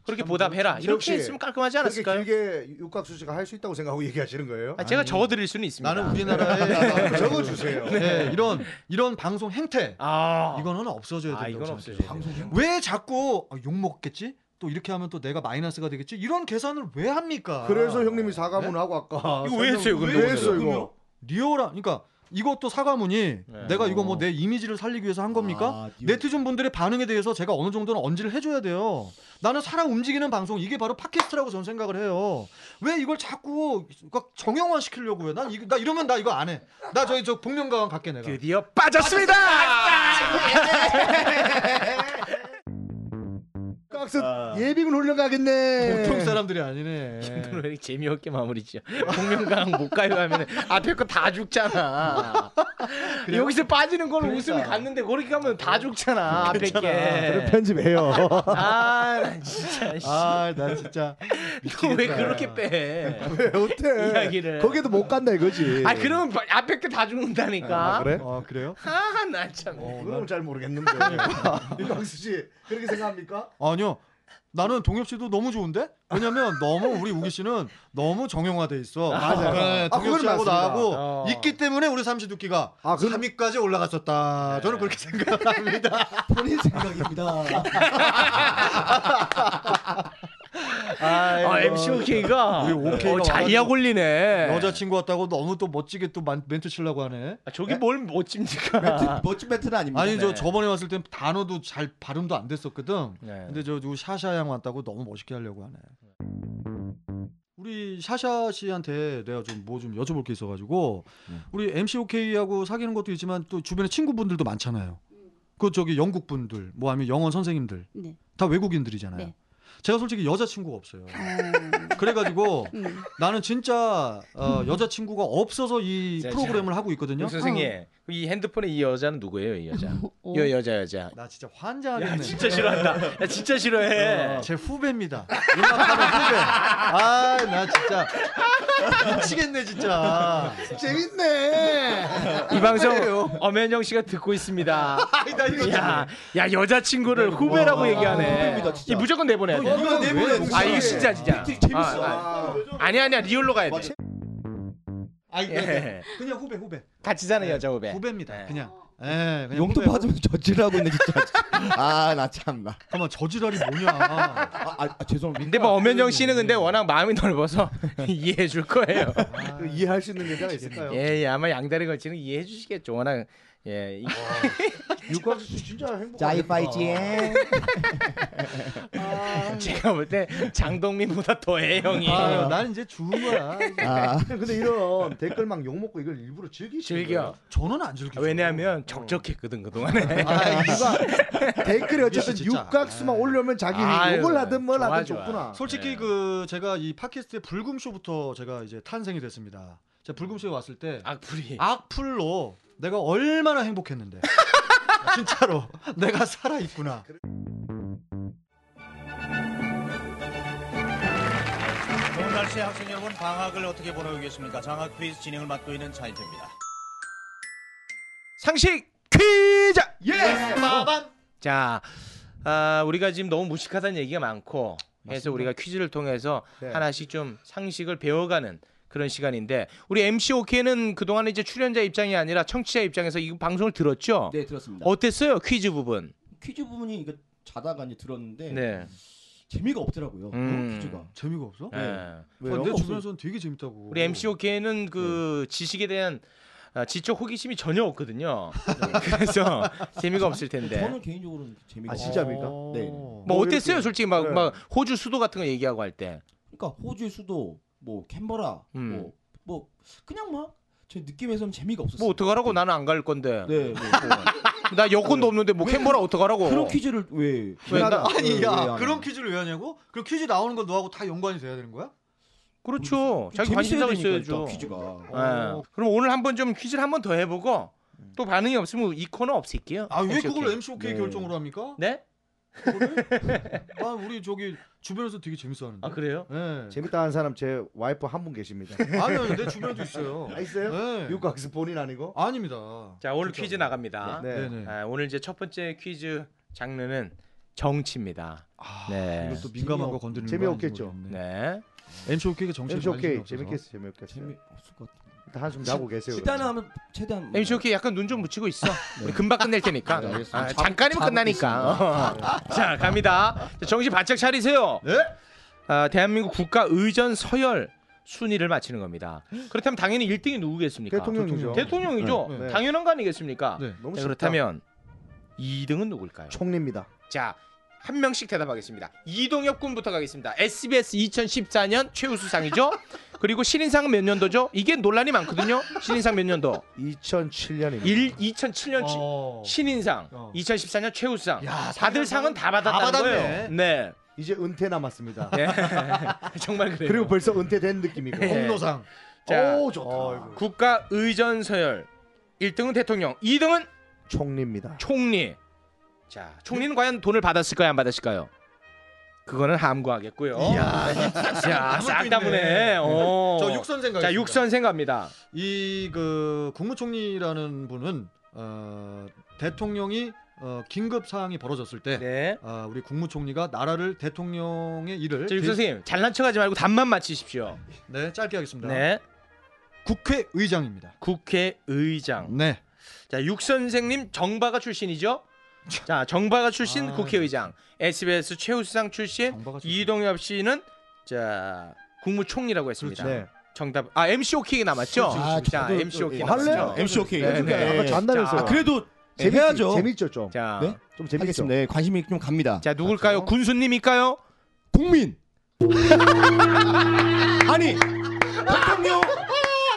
Speaker 2: 그렇게 보답해라. 이렇게
Speaker 3: 혹시
Speaker 2: 했으면 깔끔하지
Speaker 3: 그렇게
Speaker 2: 않았을까요?
Speaker 3: 길게 육각수 씨가 할 수 있다고 생각하고 얘기하시는 거예요? 아,
Speaker 2: 아, 제가 적어드릴 수는 있습니다.
Speaker 5: 나는 우리나라에
Speaker 3: 적어주세요.
Speaker 5: 네, 이런 이런 방송 행태
Speaker 2: 아
Speaker 5: 이거는 없어져야 된다고
Speaker 2: 아, 이건
Speaker 5: 생각해요.
Speaker 2: 없어져야 돼요.
Speaker 5: 왜 자꾸 아, 욕 먹겠지? 또 이렇게 하면 또 내가 마이너스가 되겠지? 이런 계산을 왜 합니까?
Speaker 3: 그래서 형님이 사과문 하고 아까
Speaker 2: 아. 이거 왜
Speaker 3: 설명-
Speaker 2: 했어요, 근데
Speaker 3: 왜
Speaker 2: 오늘은?
Speaker 3: 했어요 이거?
Speaker 5: 리얼한 그러니까 이것도 사과문이 내가 이거 뭐 내 이미지를 살리기 위해서 한 겁니까?
Speaker 4: 아, 리얼.
Speaker 5: 네티즌 분들의 반응에 대해서 제가 어느 정도는 언지를 해줘야 돼요. 나는 사람 움직이는 방송 이게 바로 팟캐스트라고 저는 생각을 해요. 왜 이걸 자꾸 그러니까 정형화 시키려고 해? 난 이, 나 이러면 나 이거 안 해. 나 저기 저 복면가왕 갈게 내가.
Speaker 2: 드디어 빠졌습니다.
Speaker 3: 아까 박수 예비군 훈련 가겠네.
Speaker 5: 보통 사람들이 아니네.
Speaker 2: 그럼 이렇게 재미없게 마무리죠. 복면가왕 못 가요 하면 앞에 거 다 죽잖아. 여기서 빠지는 걸 웃음이 갔는데 그렇게 가면 다 죽잖아. 앞에
Speaker 3: 그럼
Speaker 2: 게.
Speaker 3: 편집해요.
Speaker 2: 아, 난 진짜. 씨.
Speaker 5: 아, 나 진짜.
Speaker 2: 이거 왜 그렇게 빼?
Speaker 3: 왜 못해?
Speaker 2: 이야기를.
Speaker 3: 거기도 못 간다 이거지.
Speaker 2: 아, 그러면 바- 앞에 거 다 죽는다니까.
Speaker 3: 아, 그래? 어.
Speaker 5: 어, 그래요?
Speaker 2: 아, 난 참.
Speaker 3: 그건 잘 모르겠는데. 박수 네. 씨 그렇게 생각합니까?
Speaker 5: 아니요. 나는 동엽 씨도 너무 좋은데? 왜냐면 너무 우리 우기 씨는 너무 정형화돼 있어. 네,
Speaker 3: 맞아요. 아,
Speaker 5: 동엽
Speaker 3: 그건
Speaker 5: 씨하고
Speaker 3: 맞습니다.
Speaker 5: 나하고
Speaker 2: 어.
Speaker 5: 있기 때문에 우리 삼시 두끼가
Speaker 3: 아, 그럼-
Speaker 5: 3위까지 올라갔었다. 저는 그렇게 생각합니다.
Speaker 4: 본인 생각입니다.
Speaker 2: 아, MC OK가 어,
Speaker 5: 우리 OK 가
Speaker 2: 자기야
Speaker 5: 와가지고
Speaker 2: 걸리네.
Speaker 5: 여자친구 같다고 너무 또 멋지게 또 만- 멘트 치려고 하네.
Speaker 2: 아, 저게 뭘못 찝니까?
Speaker 4: 멋진 멘트는 아닙니다.
Speaker 5: 아니
Speaker 2: 네.
Speaker 5: 저 저번에 왔을 땐 단어도 잘 발음도 안 됐었거든.
Speaker 2: 네.
Speaker 5: 근데 저 누구 샤샤 양 왔다고 너무 멋있게 하려고 하네. 우리 샤샤 씨한테 내가 좀 뭐 좀 여쭤볼 게 있어가지고
Speaker 2: 네.
Speaker 5: 우리 MC OK하고 사귀는 것도 있지만 또 주변에 친구분들도 많잖아요. 그 저기 영국 분들, 뭐 아니면 영어 선생님들
Speaker 6: 음. 네.
Speaker 5: 다 외국인들이잖아요.
Speaker 6: 네.
Speaker 5: 제가 솔직히 여자 친구가 없어요.
Speaker 6: 어,
Speaker 5: 그래가지고
Speaker 6: 음.
Speaker 5: 나는 진짜 어, 여자 친구가 없어서 이
Speaker 2: 자, 자.
Speaker 5: 프로그램을 하고 있거든요.
Speaker 2: 육 선생님, 이 핸드폰에 이 여자는 누구예요, 이 여자?
Speaker 6: 어.
Speaker 2: 이 여자 여자.
Speaker 5: 나 진짜 환장하겠네.
Speaker 2: 진짜 싫어한다. 야, 진짜 싫어해.
Speaker 5: 제 후배입니다. 음악하는 후배. 아, 나 진짜 미치겠네 진짜.
Speaker 3: 재밌네.
Speaker 2: 이 방송 엄현영 씨가 듣고 있습니다. 야, 야 여자친구를 네. 후배라고
Speaker 5: 와,
Speaker 2: 얘기하네.
Speaker 4: 후배입니다, 진짜.
Speaker 2: 이 무조건 내보내야 돼.
Speaker 4: 이거 내보내.
Speaker 2: 아 이거 진짜 진짜.
Speaker 4: 되게 재밌어.
Speaker 2: 아, 아. 니 아니야 리얼로 가야 돼.
Speaker 5: 아, 이거
Speaker 2: 예.
Speaker 5: 그냥 후배 후배.
Speaker 2: 같이 사는 여자 후배.
Speaker 5: 후배입니다.
Speaker 2: 예.
Speaker 5: 그냥. 예, 그냥
Speaker 4: 네. 용돈
Speaker 5: 후배.
Speaker 4: 받으면 저질하고 있는 진짜. 아 나 참나.
Speaker 5: 잠깐만 뭐 저지랄이 뭐냐.
Speaker 4: 아, 아, 아, 죄송합니다.
Speaker 2: 근데 뭐 엄현영 씨는 근데 워낙 마음이 넓어서 이해해 줄 거예요.
Speaker 3: 아, 그 이해할 수 있는 여자가 있을까요?
Speaker 2: 예, 예 아마 양다리 걸치는 이해해 주시겠죠. 워낙 예. 이-
Speaker 3: 육각 씨 진짜 행복.
Speaker 4: 자이파이지에.
Speaker 3: 아,
Speaker 2: 제가 볼 때 장동민보다 더해 형이.
Speaker 5: 아, 난 이제 죽은 거야.
Speaker 4: 아
Speaker 3: 근데 이런 댓글 막 욕 먹고 이걸 일부러 즐기시는
Speaker 2: 즐겨.
Speaker 5: 저는 안 아, 즐겨.
Speaker 2: 아, 왜냐하면 적적했거든 그 동안에.
Speaker 3: 거예요? 누가 댓글에 어쨌든
Speaker 5: 진짜.
Speaker 3: 육각수만 올려면 자기
Speaker 2: 아유,
Speaker 3: 욕을 하든 뭘
Speaker 2: 좋아,
Speaker 3: 하든
Speaker 2: 좋아.
Speaker 3: 좋구나.
Speaker 5: 솔직히
Speaker 2: 네.
Speaker 5: 그 제가 이 팟캐스트의 불금쇼부터 제가 이제 탄생이 됐습니다. 제가 불금쇼에 왔을 때
Speaker 4: 아, 네.
Speaker 2: 악플이.
Speaker 5: 악플로 내가 얼마나 행복했는데 진짜로 내가 살아 있구나.
Speaker 4: 그
Speaker 9: 좋은 날씨에 학생 여러분 방학을 어떻게 보내고 계십니까? 장학 퀴즈 진행을 맡고 있는 차인태입니다.
Speaker 2: 상식 퀴즈.
Speaker 5: 예스 마밤.
Speaker 2: 자, 아, 우리가 지금 너무 무식하다는 얘기가 많고 그래서 우리가 퀴즈를 통해서
Speaker 3: 네.
Speaker 2: 하나씩 좀 상식을 배워가는 그런 시간인데 우리 MC 오케는 그동안 이제 출연자 입장이 아니라 청취자 입장에서 이 방송을 들었죠?
Speaker 4: 네 들었습니다.
Speaker 2: 어땠어요 퀴즈 부분?
Speaker 4: 퀴즈 부분이 이거 자다가 이제 들었는데
Speaker 2: 네.
Speaker 4: 재미가 없더라고요.
Speaker 2: 음.
Speaker 4: 퀴즈가.
Speaker 5: 재미가 없어?
Speaker 2: 네.
Speaker 5: 아, 내 주변에서는 되게 재밌다고.
Speaker 2: 우리 MC 오케는 그 지식에 대한 아, 지적 호기심이 전혀 없거든요. 그래서 재미가 없을 텐데.
Speaker 4: 저는 개인적으로는 재미가
Speaker 3: 아,
Speaker 4: 없어요.
Speaker 3: 진짜입니까?
Speaker 4: 네.
Speaker 2: 뭐 어땠어요?
Speaker 3: 이렇게.
Speaker 2: 솔직히 막
Speaker 3: 네.
Speaker 2: 막 호주 수도 같은 거 얘기하고 할 때.
Speaker 4: 그러니까 호주의 수도 뭐 캔버라
Speaker 2: 음.
Speaker 4: 뭐, 뭐 그냥 막제 느낌에서는 재미가 없었어요.
Speaker 2: 뭐 어떡하라고 나는 안 갈 건데.
Speaker 4: 네. 뭐, 뭐.
Speaker 2: 나 여권도 없는데 뭐 캔버라 어떡하라고.
Speaker 4: 그런 퀴즈를 왜?
Speaker 2: 왜
Speaker 3: 나-
Speaker 2: 나-
Speaker 5: 아니
Speaker 4: 왜 안
Speaker 5: 야
Speaker 4: 해요?
Speaker 5: 그런 퀴즈를 왜 하냐고? 그럼 퀴즈 나오는 건 너하고 다 연관이 돼야 되는 거야?
Speaker 2: 그렇죠. 자기
Speaker 4: 재밌어야
Speaker 2: 관심사가
Speaker 4: 되니까
Speaker 2: 있어야죠.
Speaker 4: 일단 퀴즈가.
Speaker 2: 예. 그럼 오늘 한번 좀 퀴즈를 한번 더 해보고 또 반응이 없으면 이 코너 없앨게요.
Speaker 5: 아 왜
Speaker 2: 오케이,
Speaker 5: 그걸
Speaker 2: 오케이.
Speaker 5: MC OK
Speaker 4: 네.
Speaker 5: 결정으로 합니까?
Speaker 2: 네?
Speaker 5: 아 우리 저기 주변에서 되게 재밌어하는데.
Speaker 2: 아 그래요?
Speaker 5: 예.
Speaker 3: 재밌다 하는 사람 제 와이프 한 분 계십니다.
Speaker 5: 아니 아니 내 주변에도 있어요.
Speaker 3: 아, 있어요?
Speaker 1: 네.
Speaker 5: 예.
Speaker 3: 육각수 본인 아니고?
Speaker 5: 아닙니다.
Speaker 2: 자
Speaker 5: 진짜로.
Speaker 2: 오늘 퀴즈 나갑니다.
Speaker 3: 네.
Speaker 5: 네네.
Speaker 2: 아, 오늘 이제 첫 번째 퀴즈 장르는 정치입니다.
Speaker 5: 아,
Speaker 2: 네.
Speaker 5: 이것도 민감한 거 건드리는 거 아닌지
Speaker 3: 재미없겠죠?
Speaker 5: 모르겠네.
Speaker 2: 네.
Speaker 5: MC OK가 정신
Speaker 3: MC OK 재밌겠어 재미없겠어.
Speaker 4: 재미 없을 것 같아.
Speaker 3: 일단 한숨 자고 계세요.
Speaker 4: 일단은 하면 최대한
Speaker 9: 음.
Speaker 2: MC 오케이 약간 눈 좀 붙이고 있어. 우리 금방 끝낼 테니까.
Speaker 4: 네, 알겠습니다.
Speaker 2: 아,
Speaker 4: 잠-
Speaker 2: 잠깐이면
Speaker 4: 잠-
Speaker 2: 끝나니까. 어. 자 갑니다. 자, 정신 바짝 차리세요.
Speaker 5: 네?
Speaker 2: 아, 대한민국 국가 의전 서열 순위를 맞히는 겁니다. 그렇다면 당연히 1등이 누구겠습니까?
Speaker 3: 대통령이죠.
Speaker 2: 대통령이죠.
Speaker 5: 네,
Speaker 3: 네.
Speaker 2: 당연한 거 아니겠습니까?
Speaker 5: 네.
Speaker 3: 너무
Speaker 2: 네,
Speaker 3: 쉽다.
Speaker 2: 그렇다면 2등은 누굴까요?
Speaker 3: 총리입니다.
Speaker 2: 자 한 명씩 대답하겠습니다. 이동엽 군부터 가겠습니다. SBS 2014년 최우수상이죠. 그리고 신인상은 몇 년도죠? 이게 논란이 많거든요. 신인상 몇 년도?
Speaker 3: 2007년입니다.
Speaker 2: 일 2007년 치- 신인상,
Speaker 1: 어.
Speaker 2: 2014년 최우수상.
Speaker 1: 야,
Speaker 2: 다들 상은 다 받았다는
Speaker 1: 다 받았네.
Speaker 2: 거예요. 네.
Speaker 3: 이제 은퇴 남았습니다.
Speaker 2: 예. 정말 그래요.
Speaker 3: 그리고 벌써 은퇴된 느낌이고.
Speaker 2: 예.
Speaker 1: 공로상.
Speaker 2: 자,
Speaker 1: 오 좋다.
Speaker 2: 국가 의전 서열 1등은 대통령, 2등은
Speaker 3: 총리입니다.
Speaker 2: 총리. 자, 총리는 과연 돈을 받았을까요, 안 받았을까요? 그거는 함구하겠고요. 자, 싹 다 보네. 어.
Speaker 1: 저 육선 생각.
Speaker 2: 자, 육선 생각입니다.
Speaker 1: 이그 국무총리라는 분은 어, 대통령이 어, 긴급 사항이 벌어졌을 때
Speaker 2: 네.
Speaker 1: 아, 우리 국무총리가 나라를 대통령의 일을
Speaker 2: 자,
Speaker 3: 그
Speaker 1: 길-
Speaker 2: 육 선생님, 잘난 척하지 말고 답만 맞히십시오.
Speaker 1: 네 짧게 하겠습니다.
Speaker 2: 네.
Speaker 1: 국회의장입니다.
Speaker 2: 국회의장.
Speaker 1: 네.
Speaker 2: 자, 육 선생님 정바가 출신이죠? 자, 정바가 출신
Speaker 1: 아,
Speaker 2: 국회의장, SBS 최우수상 출신
Speaker 1: 정바가 좋다.
Speaker 2: 이동엽 씨는 자 국무총리라고 했습니다.
Speaker 3: 네.
Speaker 2: 정답. 아 MC 오킹이 남았죠? 아, 네.
Speaker 3: 그렇죠, 그렇죠.
Speaker 2: 자,
Speaker 3: 저, 저,
Speaker 2: MC 오킹
Speaker 3: 저, 할래요?
Speaker 2: 남았죠?
Speaker 9: MC 오케이.
Speaker 2: 네,
Speaker 3: 그러니까
Speaker 2: 네.
Speaker 3: 아까
Speaker 2: 자,
Speaker 3: 전달했어요.
Speaker 9: 그래도
Speaker 3: 재밌지,
Speaker 9: 해야죠.
Speaker 3: 재밌죠 좀.
Speaker 2: 자,
Speaker 9: 네?
Speaker 3: 좀 재밌죠.
Speaker 9: 하겠습니다. 예, 관심이 좀 갑니다.
Speaker 2: 자 누굴까요? 군수님일까요?
Speaker 9: 국민. 아니 대통령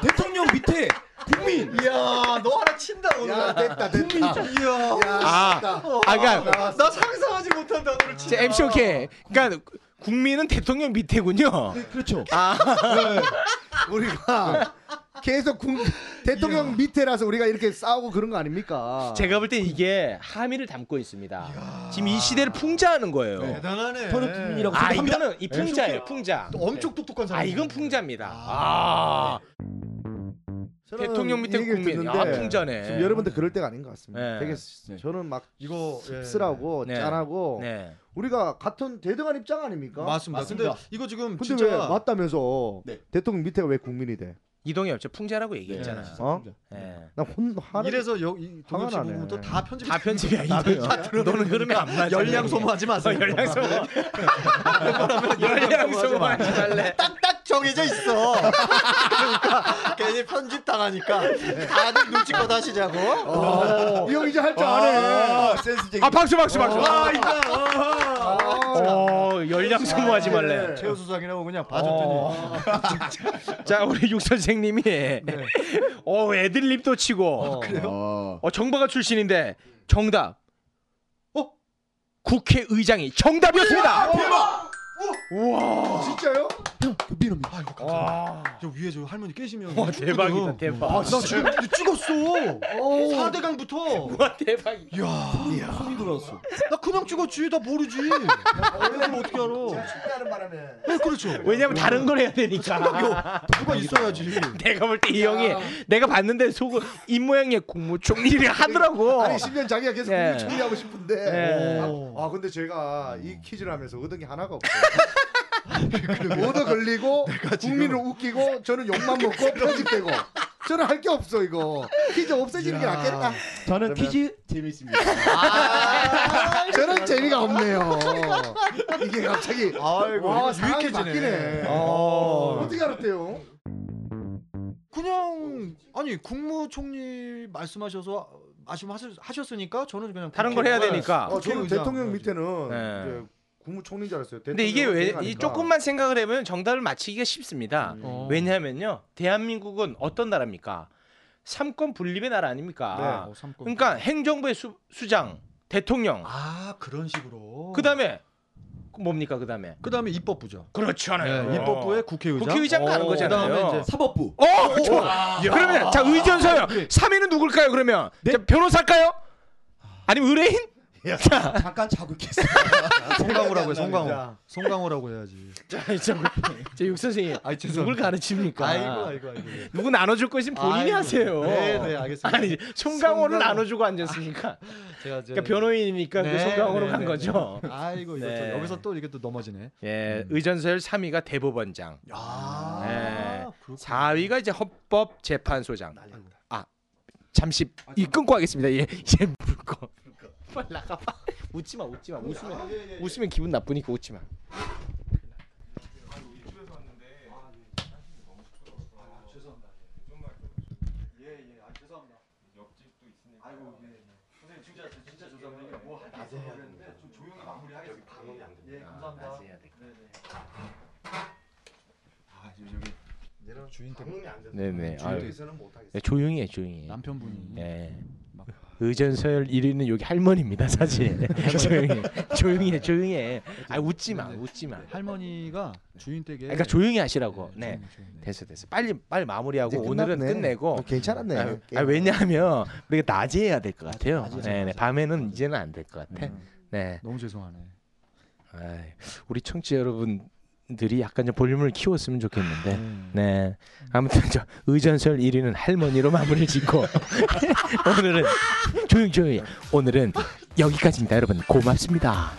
Speaker 9: 대통령 밑에 국민.
Speaker 1: 이야 너 하나 친다 오늘.
Speaker 3: 야 됐다 됐다.
Speaker 1: 이야.
Speaker 2: 아, 아, 그러니까
Speaker 1: 나 상상하지 못한 단어를
Speaker 2: 제
Speaker 1: 진짜.
Speaker 2: MC 오킹. 그러니까 국민은 대통령 밑에군요.
Speaker 9: 그렇죠.
Speaker 3: 우리가 계속 국- 대통령 밑에라서 우리가 이렇게 싸우고 그런 거 아닙니까?
Speaker 2: 제가 볼 땐 이게 함의를 담고 있습니다. 지금 이 시대를 풍자하는 거예요.
Speaker 1: 대단하네.
Speaker 9: 저는 국민이라고
Speaker 2: 아,
Speaker 9: 생각합니다.
Speaker 2: 이거는 이 풍자예요, 풍자.
Speaker 1: 또 엄청 똑똑한 사람.
Speaker 2: 아, 이건 풍자입니다. 아,
Speaker 3: 저는
Speaker 2: 대통령 밑에
Speaker 3: 이 얘기를
Speaker 2: 국민. 아,
Speaker 3: 듣는데
Speaker 2: 풍자네.
Speaker 3: 지금 여러분들 그럴 때가 아닌 것 같습니다.
Speaker 2: 네.
Speaker 3: 되게
Speaker 9: 네.
Speaker 3: 저는 막
Speaker 1: 이거 예.
Speaker 3: 씁쓸하고
Speaker 2: 네.
Speaker 3: 짠하고
Speaker 2: 네.
Speaker 3: 우리가 같은 대등한 입장 아닙니까?
Speaker 1: 맞습니다.
Speaker 9: 맞습니다.
Speaker 1: 근데 이거 지금
Speaker 3: 근데
Speaker 1: 진짜
Speaker 3: 왜 맞다면서
Speaker 9: 네.
Speaker 3: 대통령 밑에가 왜 국민이 돼?
Speaker 2: 이동이 없죠. 풍자라고 얘기했잖아요.
Speaker 1: 네.
Speaker 3: 어?
Speaker 2: 예.
Speaker 3: 나혼 화를
Speaker 1: 이래서 여기 동엽 씨
Speaker 3: 화가 나네.
Speaker 1: 부분 또다 편집.
Speaker 2: 다 편집이야 이동이. 너는 흐름에 안 맞아.
Speaker 1: 열량 소모하지 마세요.
Speaker 2: 열량 소모. 열량 소모하지 말래.
Speaker 1: 딱딱 정해져 있어. 그러니까 괜히 편집 당하니까 다들 눈치껏 하시자고.
Speaker 3: 아, 이 형 이제 할
Speaker 1: 어.
Speaker 3: 줄 어. 아네.
Speaker 9: 센스쟁이.
Speaker 2: 아 박수 박수 박수.
Speaker 1: 아 이거.
Speaker 2: 어, 열량 소모하지 말래.
Speaker 1: 아, 네.
Speaker 2: 어.
Speaker 1: 최우 수상이라고 그냥 봐줬더니. 어.
Speaker 2: 자 우리 육 선생님이
Speaker 1: 네.
Speaker 2: 어 애들립도 치고
Speaker 1: 아,
Speaker 9: 어.
Speaker 2: 어, 정바가 출신인데 정답
Speaker 1: 어?
Speaker 2: 국회의장이
Speaker 1: 아,
Speaker 2: 정답이었습니다.
Speaker 1: 네.
Speaker 3: 진짜요?
Speaker 1: 민호입니다. 아 이거 감사합니다. 저 위에 저 할머니 깨시면.
Speaker 2: 와 대박이다
Speaker 1: 죽거든.
Speaker 2: 대박.
Speaker 1: 아, 나 지금 이거 찍었어. 4대강부터.
Speaker 2: 와 대박이다.
Speaker 1: 손이 들어왔어. 나 그냥 찍었지. 나 모르지. 내가 뭐 어떻게 알아?
Speaker 3: 하는 바람에.
Speaker 1: 네, 그렇죠.
Speaker 2: 왜냐면 다른 걸 해야 되니까.
Speaker 1: 아, 누가 있어야지. 아.
Speaker 2: 내가 볼 때 이 형이 내가 봤는데 속은 입 모양의 국무총리를 하더라고.
Speaker 3: 아니 10년 자기가 계속
Speaker 2: 예.
Speaker 3: 국민 총리하고 싶은데.
Speaker 2: 예.
Speaker 3: 아, 아, 근데 제가 이 퀴즈를 하면서 얻은 게 하나가 없어요. 얻어 걸리고 국민을 웃기고 저는 욕만 먹고 편집되고 저는 할 게 없어 이거 퀴즈 없어지는 게 낫겠다.
Speaker 9: 저는 퀴즈 재밌습니다.
Speaker 3: 아.
Speaker 2: 아.
Speaker 3: 저는 재미가 없네요. 이게 갑자기
Speaker 1: 아이고.
Speaker 3: 와
Speaker 1: 이거
Speaker 3: 상황이
Speaker 1: 유익해지네.
Speaker 3: 바뀌네.
Speaker 1: 어.
Speaker 3: 어떻게 알았대요?
Speaker 1: 그냥 아니 국무총리 말씀하셔서 말씀하셨으니까 저는 그냥
Speaker 2: 다른 걸 해야
Speaker 1: 국회-
Speaker 2: 되니까.
Speaker 3: 어, 저는
Speaker 1: 아, 국회의장.
Speaker 3: 대통령 밑에는
Speaker 2: 네.
Speaker 3: 이제 국무총리인 줄 알았어요.
Speaker 2: 근데 이게 왜
Speaker 3: 대통령
Speaker 2: 이
Speaker 3: 밑에가
Speaker 2: 조금만 생각을 해보면 정답을 맞히기가 쉽습니다.
Speaker 3: 네.
Speaker 1: 어.
Speaker 2: 왜냐하면요, 대한민국은 어떤 나라입니까? 삼권 분립의 나라 아닙니까?
Speaker 1: 어, 삼권.
Speaker 2: 그러니까 행정부의 수, 수장, 대통령,
Speaker 1: 아 그런 식으로.
Speaker 2: 그다음에 뭡니까 그다음에?
Speaker 1: 그다음에 입법부죠.
Speaker 2: 그렇잖아요.
Speaker 1: 네, 입법부의 국회의장.
Speaker 2: 국회의장 가는
Speaker 1: 어,
Speaker 2: 거잖아요.
Speaker 1: 그다음에 이제
Speaker 9: 사법부.
Speaker 2: 어, 그렇죠. 그러면 자 의견 서열
Speaker 1: 그래.
Speaker 2: 3위는 누굴까요? 그러면 자, 변호사일까요? 아니면 의뢰인?
Speaker 9: 잠깐 자극했어.
Speaker 1: 송강호라고 해. 송강호. 송강호라고 해야지.
Speaker 2: 제육 선생님,
Speaker 1: 아이, 죄송합니다.
Speaker 2: 누굴 가르칩니까?
Speaker 1: 아이고 아이고 아이고.
Speaker 2: 누구 나눠줄 것이면 본인이
Speaker 1: 아이고.
Speaker 2: 하세요.
Speaker 1: 네, 네, 알겠습니다.
Speaker 2: 아니 송강호를
Speaker 1: 송강호.
Speaker 2: 나눠주고 앉았으니까.
Speaker 1: 제가 이제
Speaker 2: 그러니까 변호인이니까 그
Speaker 1: 네,
Speaker 2: 송강호로
Speaker 1: 네,
Speaker 2: 간
Speaker 1: 네,
Speaker 2: 거죠.
Speaker 1: 네. 아이고 이거
Speaker 2: 네.
Speaker 1: 또 여기서 또 이게 또 넘어지네.
Speaker 2: 예, 의전서열 3위가 대법원장,
Speaker 1: 음. 아.
Speaker 2: 네.
Speaker 1: 그렇구나.
Speaker 2: 4위가 이제 헌법재판소장. 아, 잠시 이 끊고 하겠습니다. 예, 이제 물고. 빨리 나가봐. 아, 네, 웃지 마, 웃지 마. 웃으면 웃으면 기분 나쁘니까 웃지 마.
Speaker 10: 선생님 진짜 진짜 죄송합니다. 뭐 하기 있었는데 좀 조용히 마무리하겠습니다. 여기 방음이 안 됩니다. 예, 감사합니다. 네네. 아 지금 여기
Speaker 2: 주인
Speaker 10: 방음이 안 돼서
Speaker 2: 네네. 아유.
Speaker 10: 주인도에서는 못 하겠어요.
Speaker 2: 네, 조용히 해, 조용히. 해.
Speaker 4: 남편분이
Speaker 2: 예. 의전 서열 1위는 여기 할머니입니다, 사실.
Speaker 4: 네.
Speaker 2: 조용히, 해, 조용히 해, 조용히 해. 아 웃지 마, 웃지 마.
Speaker 4: 네. 할머니가 주인 댁에
Speaker 2: 그러니까 조용히 하시라고. 네,
Speaker 4: 조용히, 조용히.
Speaker 2: 됐어, 됐어. 빨리, 빨리 마무리하고
Speaker 1: 이제
Speaker 2: 오늘은
Speaker 1: 끝났네.
Speaker 2: 끝내고.
Speaker 1: 어, 괜찮았네.
Speaker 2: 아,
Speaker 1: 게임.
Speaker 2: 아, 왜냐하면 우리가 낮에 해야 될 것 같아요.
Speaker 1: 낮에, 낮에,
Speaker 2: 네, 네.
Speaker 1: 낮에.
Speaker 2: 밤에는 이제는 안 될 것 같아.
Speaker 1: 음.
Speaker 2: 네,
Speaker 4: 너무 죄송하네.
Speaker 2: 아이, 우리 청취 자 여러분들이 약간 좀 볼륨을 키웠으면 좋겠는데.
Speaker 1: 음.
Speaker 2: 네, 아무튼 저 의전설 1위는 할머니로 마무리를 짓고 오늘은 조용 조용히 오늘은 여기까지입니다, 여러분. 고맙습니다.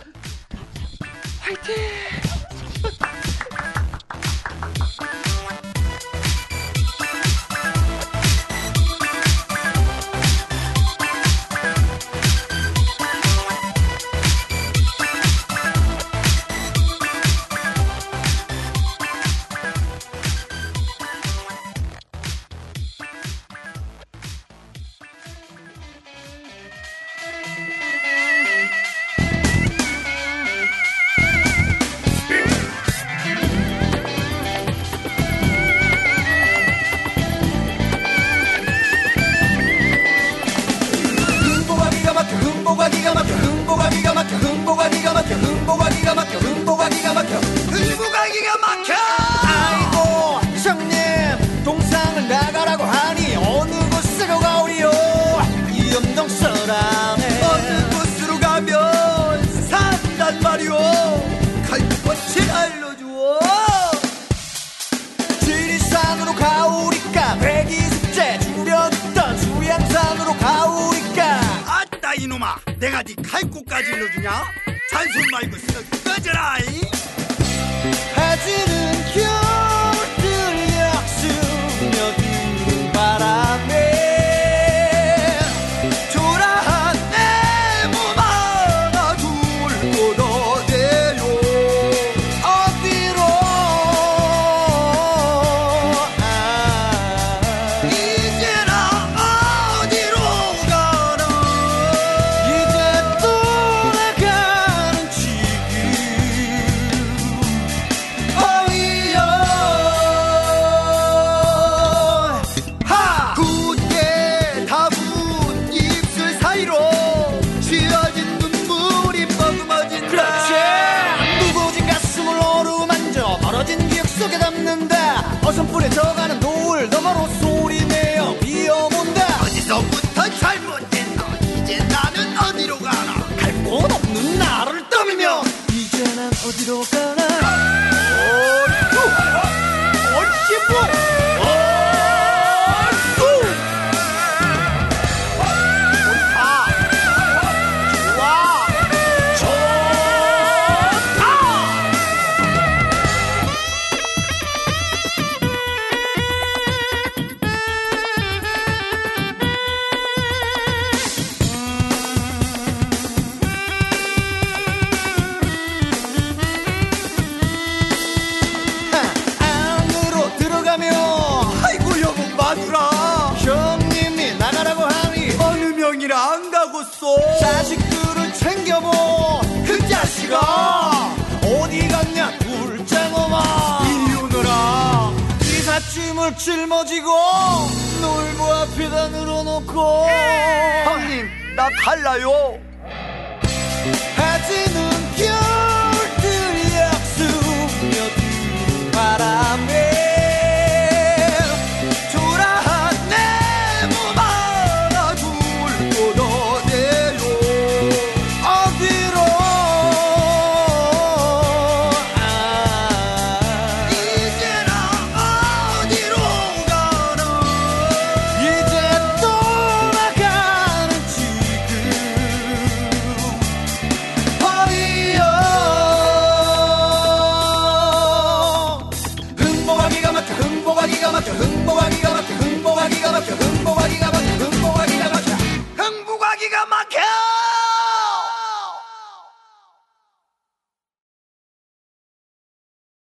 Speaker 9: 흥보가 기가 막혀 흥보가 기가 막혀 흥보가 기가 막혀 흥보가 기가 막혀 흥보가 기가 막혀 흥보가 기가 막혀 흥보가 기가 막혀 아이고 형님 동상을 나가라고 하니 어느 곳으로 가오리요 이 염동 사람에 어느 곳으로 가면 산단 말이오 갈꽃을 알려주오 지리산으로 가오리까 백이습제 주려듣던 수양산으로 가오리까 아따 이놈아 내가 네 칼국까지 일러주냐 잔손 말고 쓰러 꺼져라잉 해지는 겨울들 약수며드는 바람에 초라한 내 몸 하나 둘곳 어디요 어디로 아, 이제나 어디로 가나 이제 떠나가는 지금 어이요 하 굳게 다문 입술 사이로 쥐어진 눈물이 머금어진다 그렇지 무거워진 가슴을 어루만져 벌어진 기억 속에 담는다 어선불에 져가는 노을 너머로 소리내어 비어본다 어디서부터 잘못됐나 이제 나는 어디로 가나 갈 곳 없는 나를 떠밀며 이제 난 어디로 가나 얼쑤! 얼씨구! 얼쑤! 좋다! 좋아! 좋다! 안으로 들어가며 아이고 여보 마누라 형님이 나가라고 하니 어느 명이라 안 가고쏘 자식들을 챙겨보 그 자식아 어디 갔냐 둘째놈아 이리 오너라 이삿짐을 짊어지고 놀부 앞에다 늘어놓고 형님 나 갈라요 해지는 아.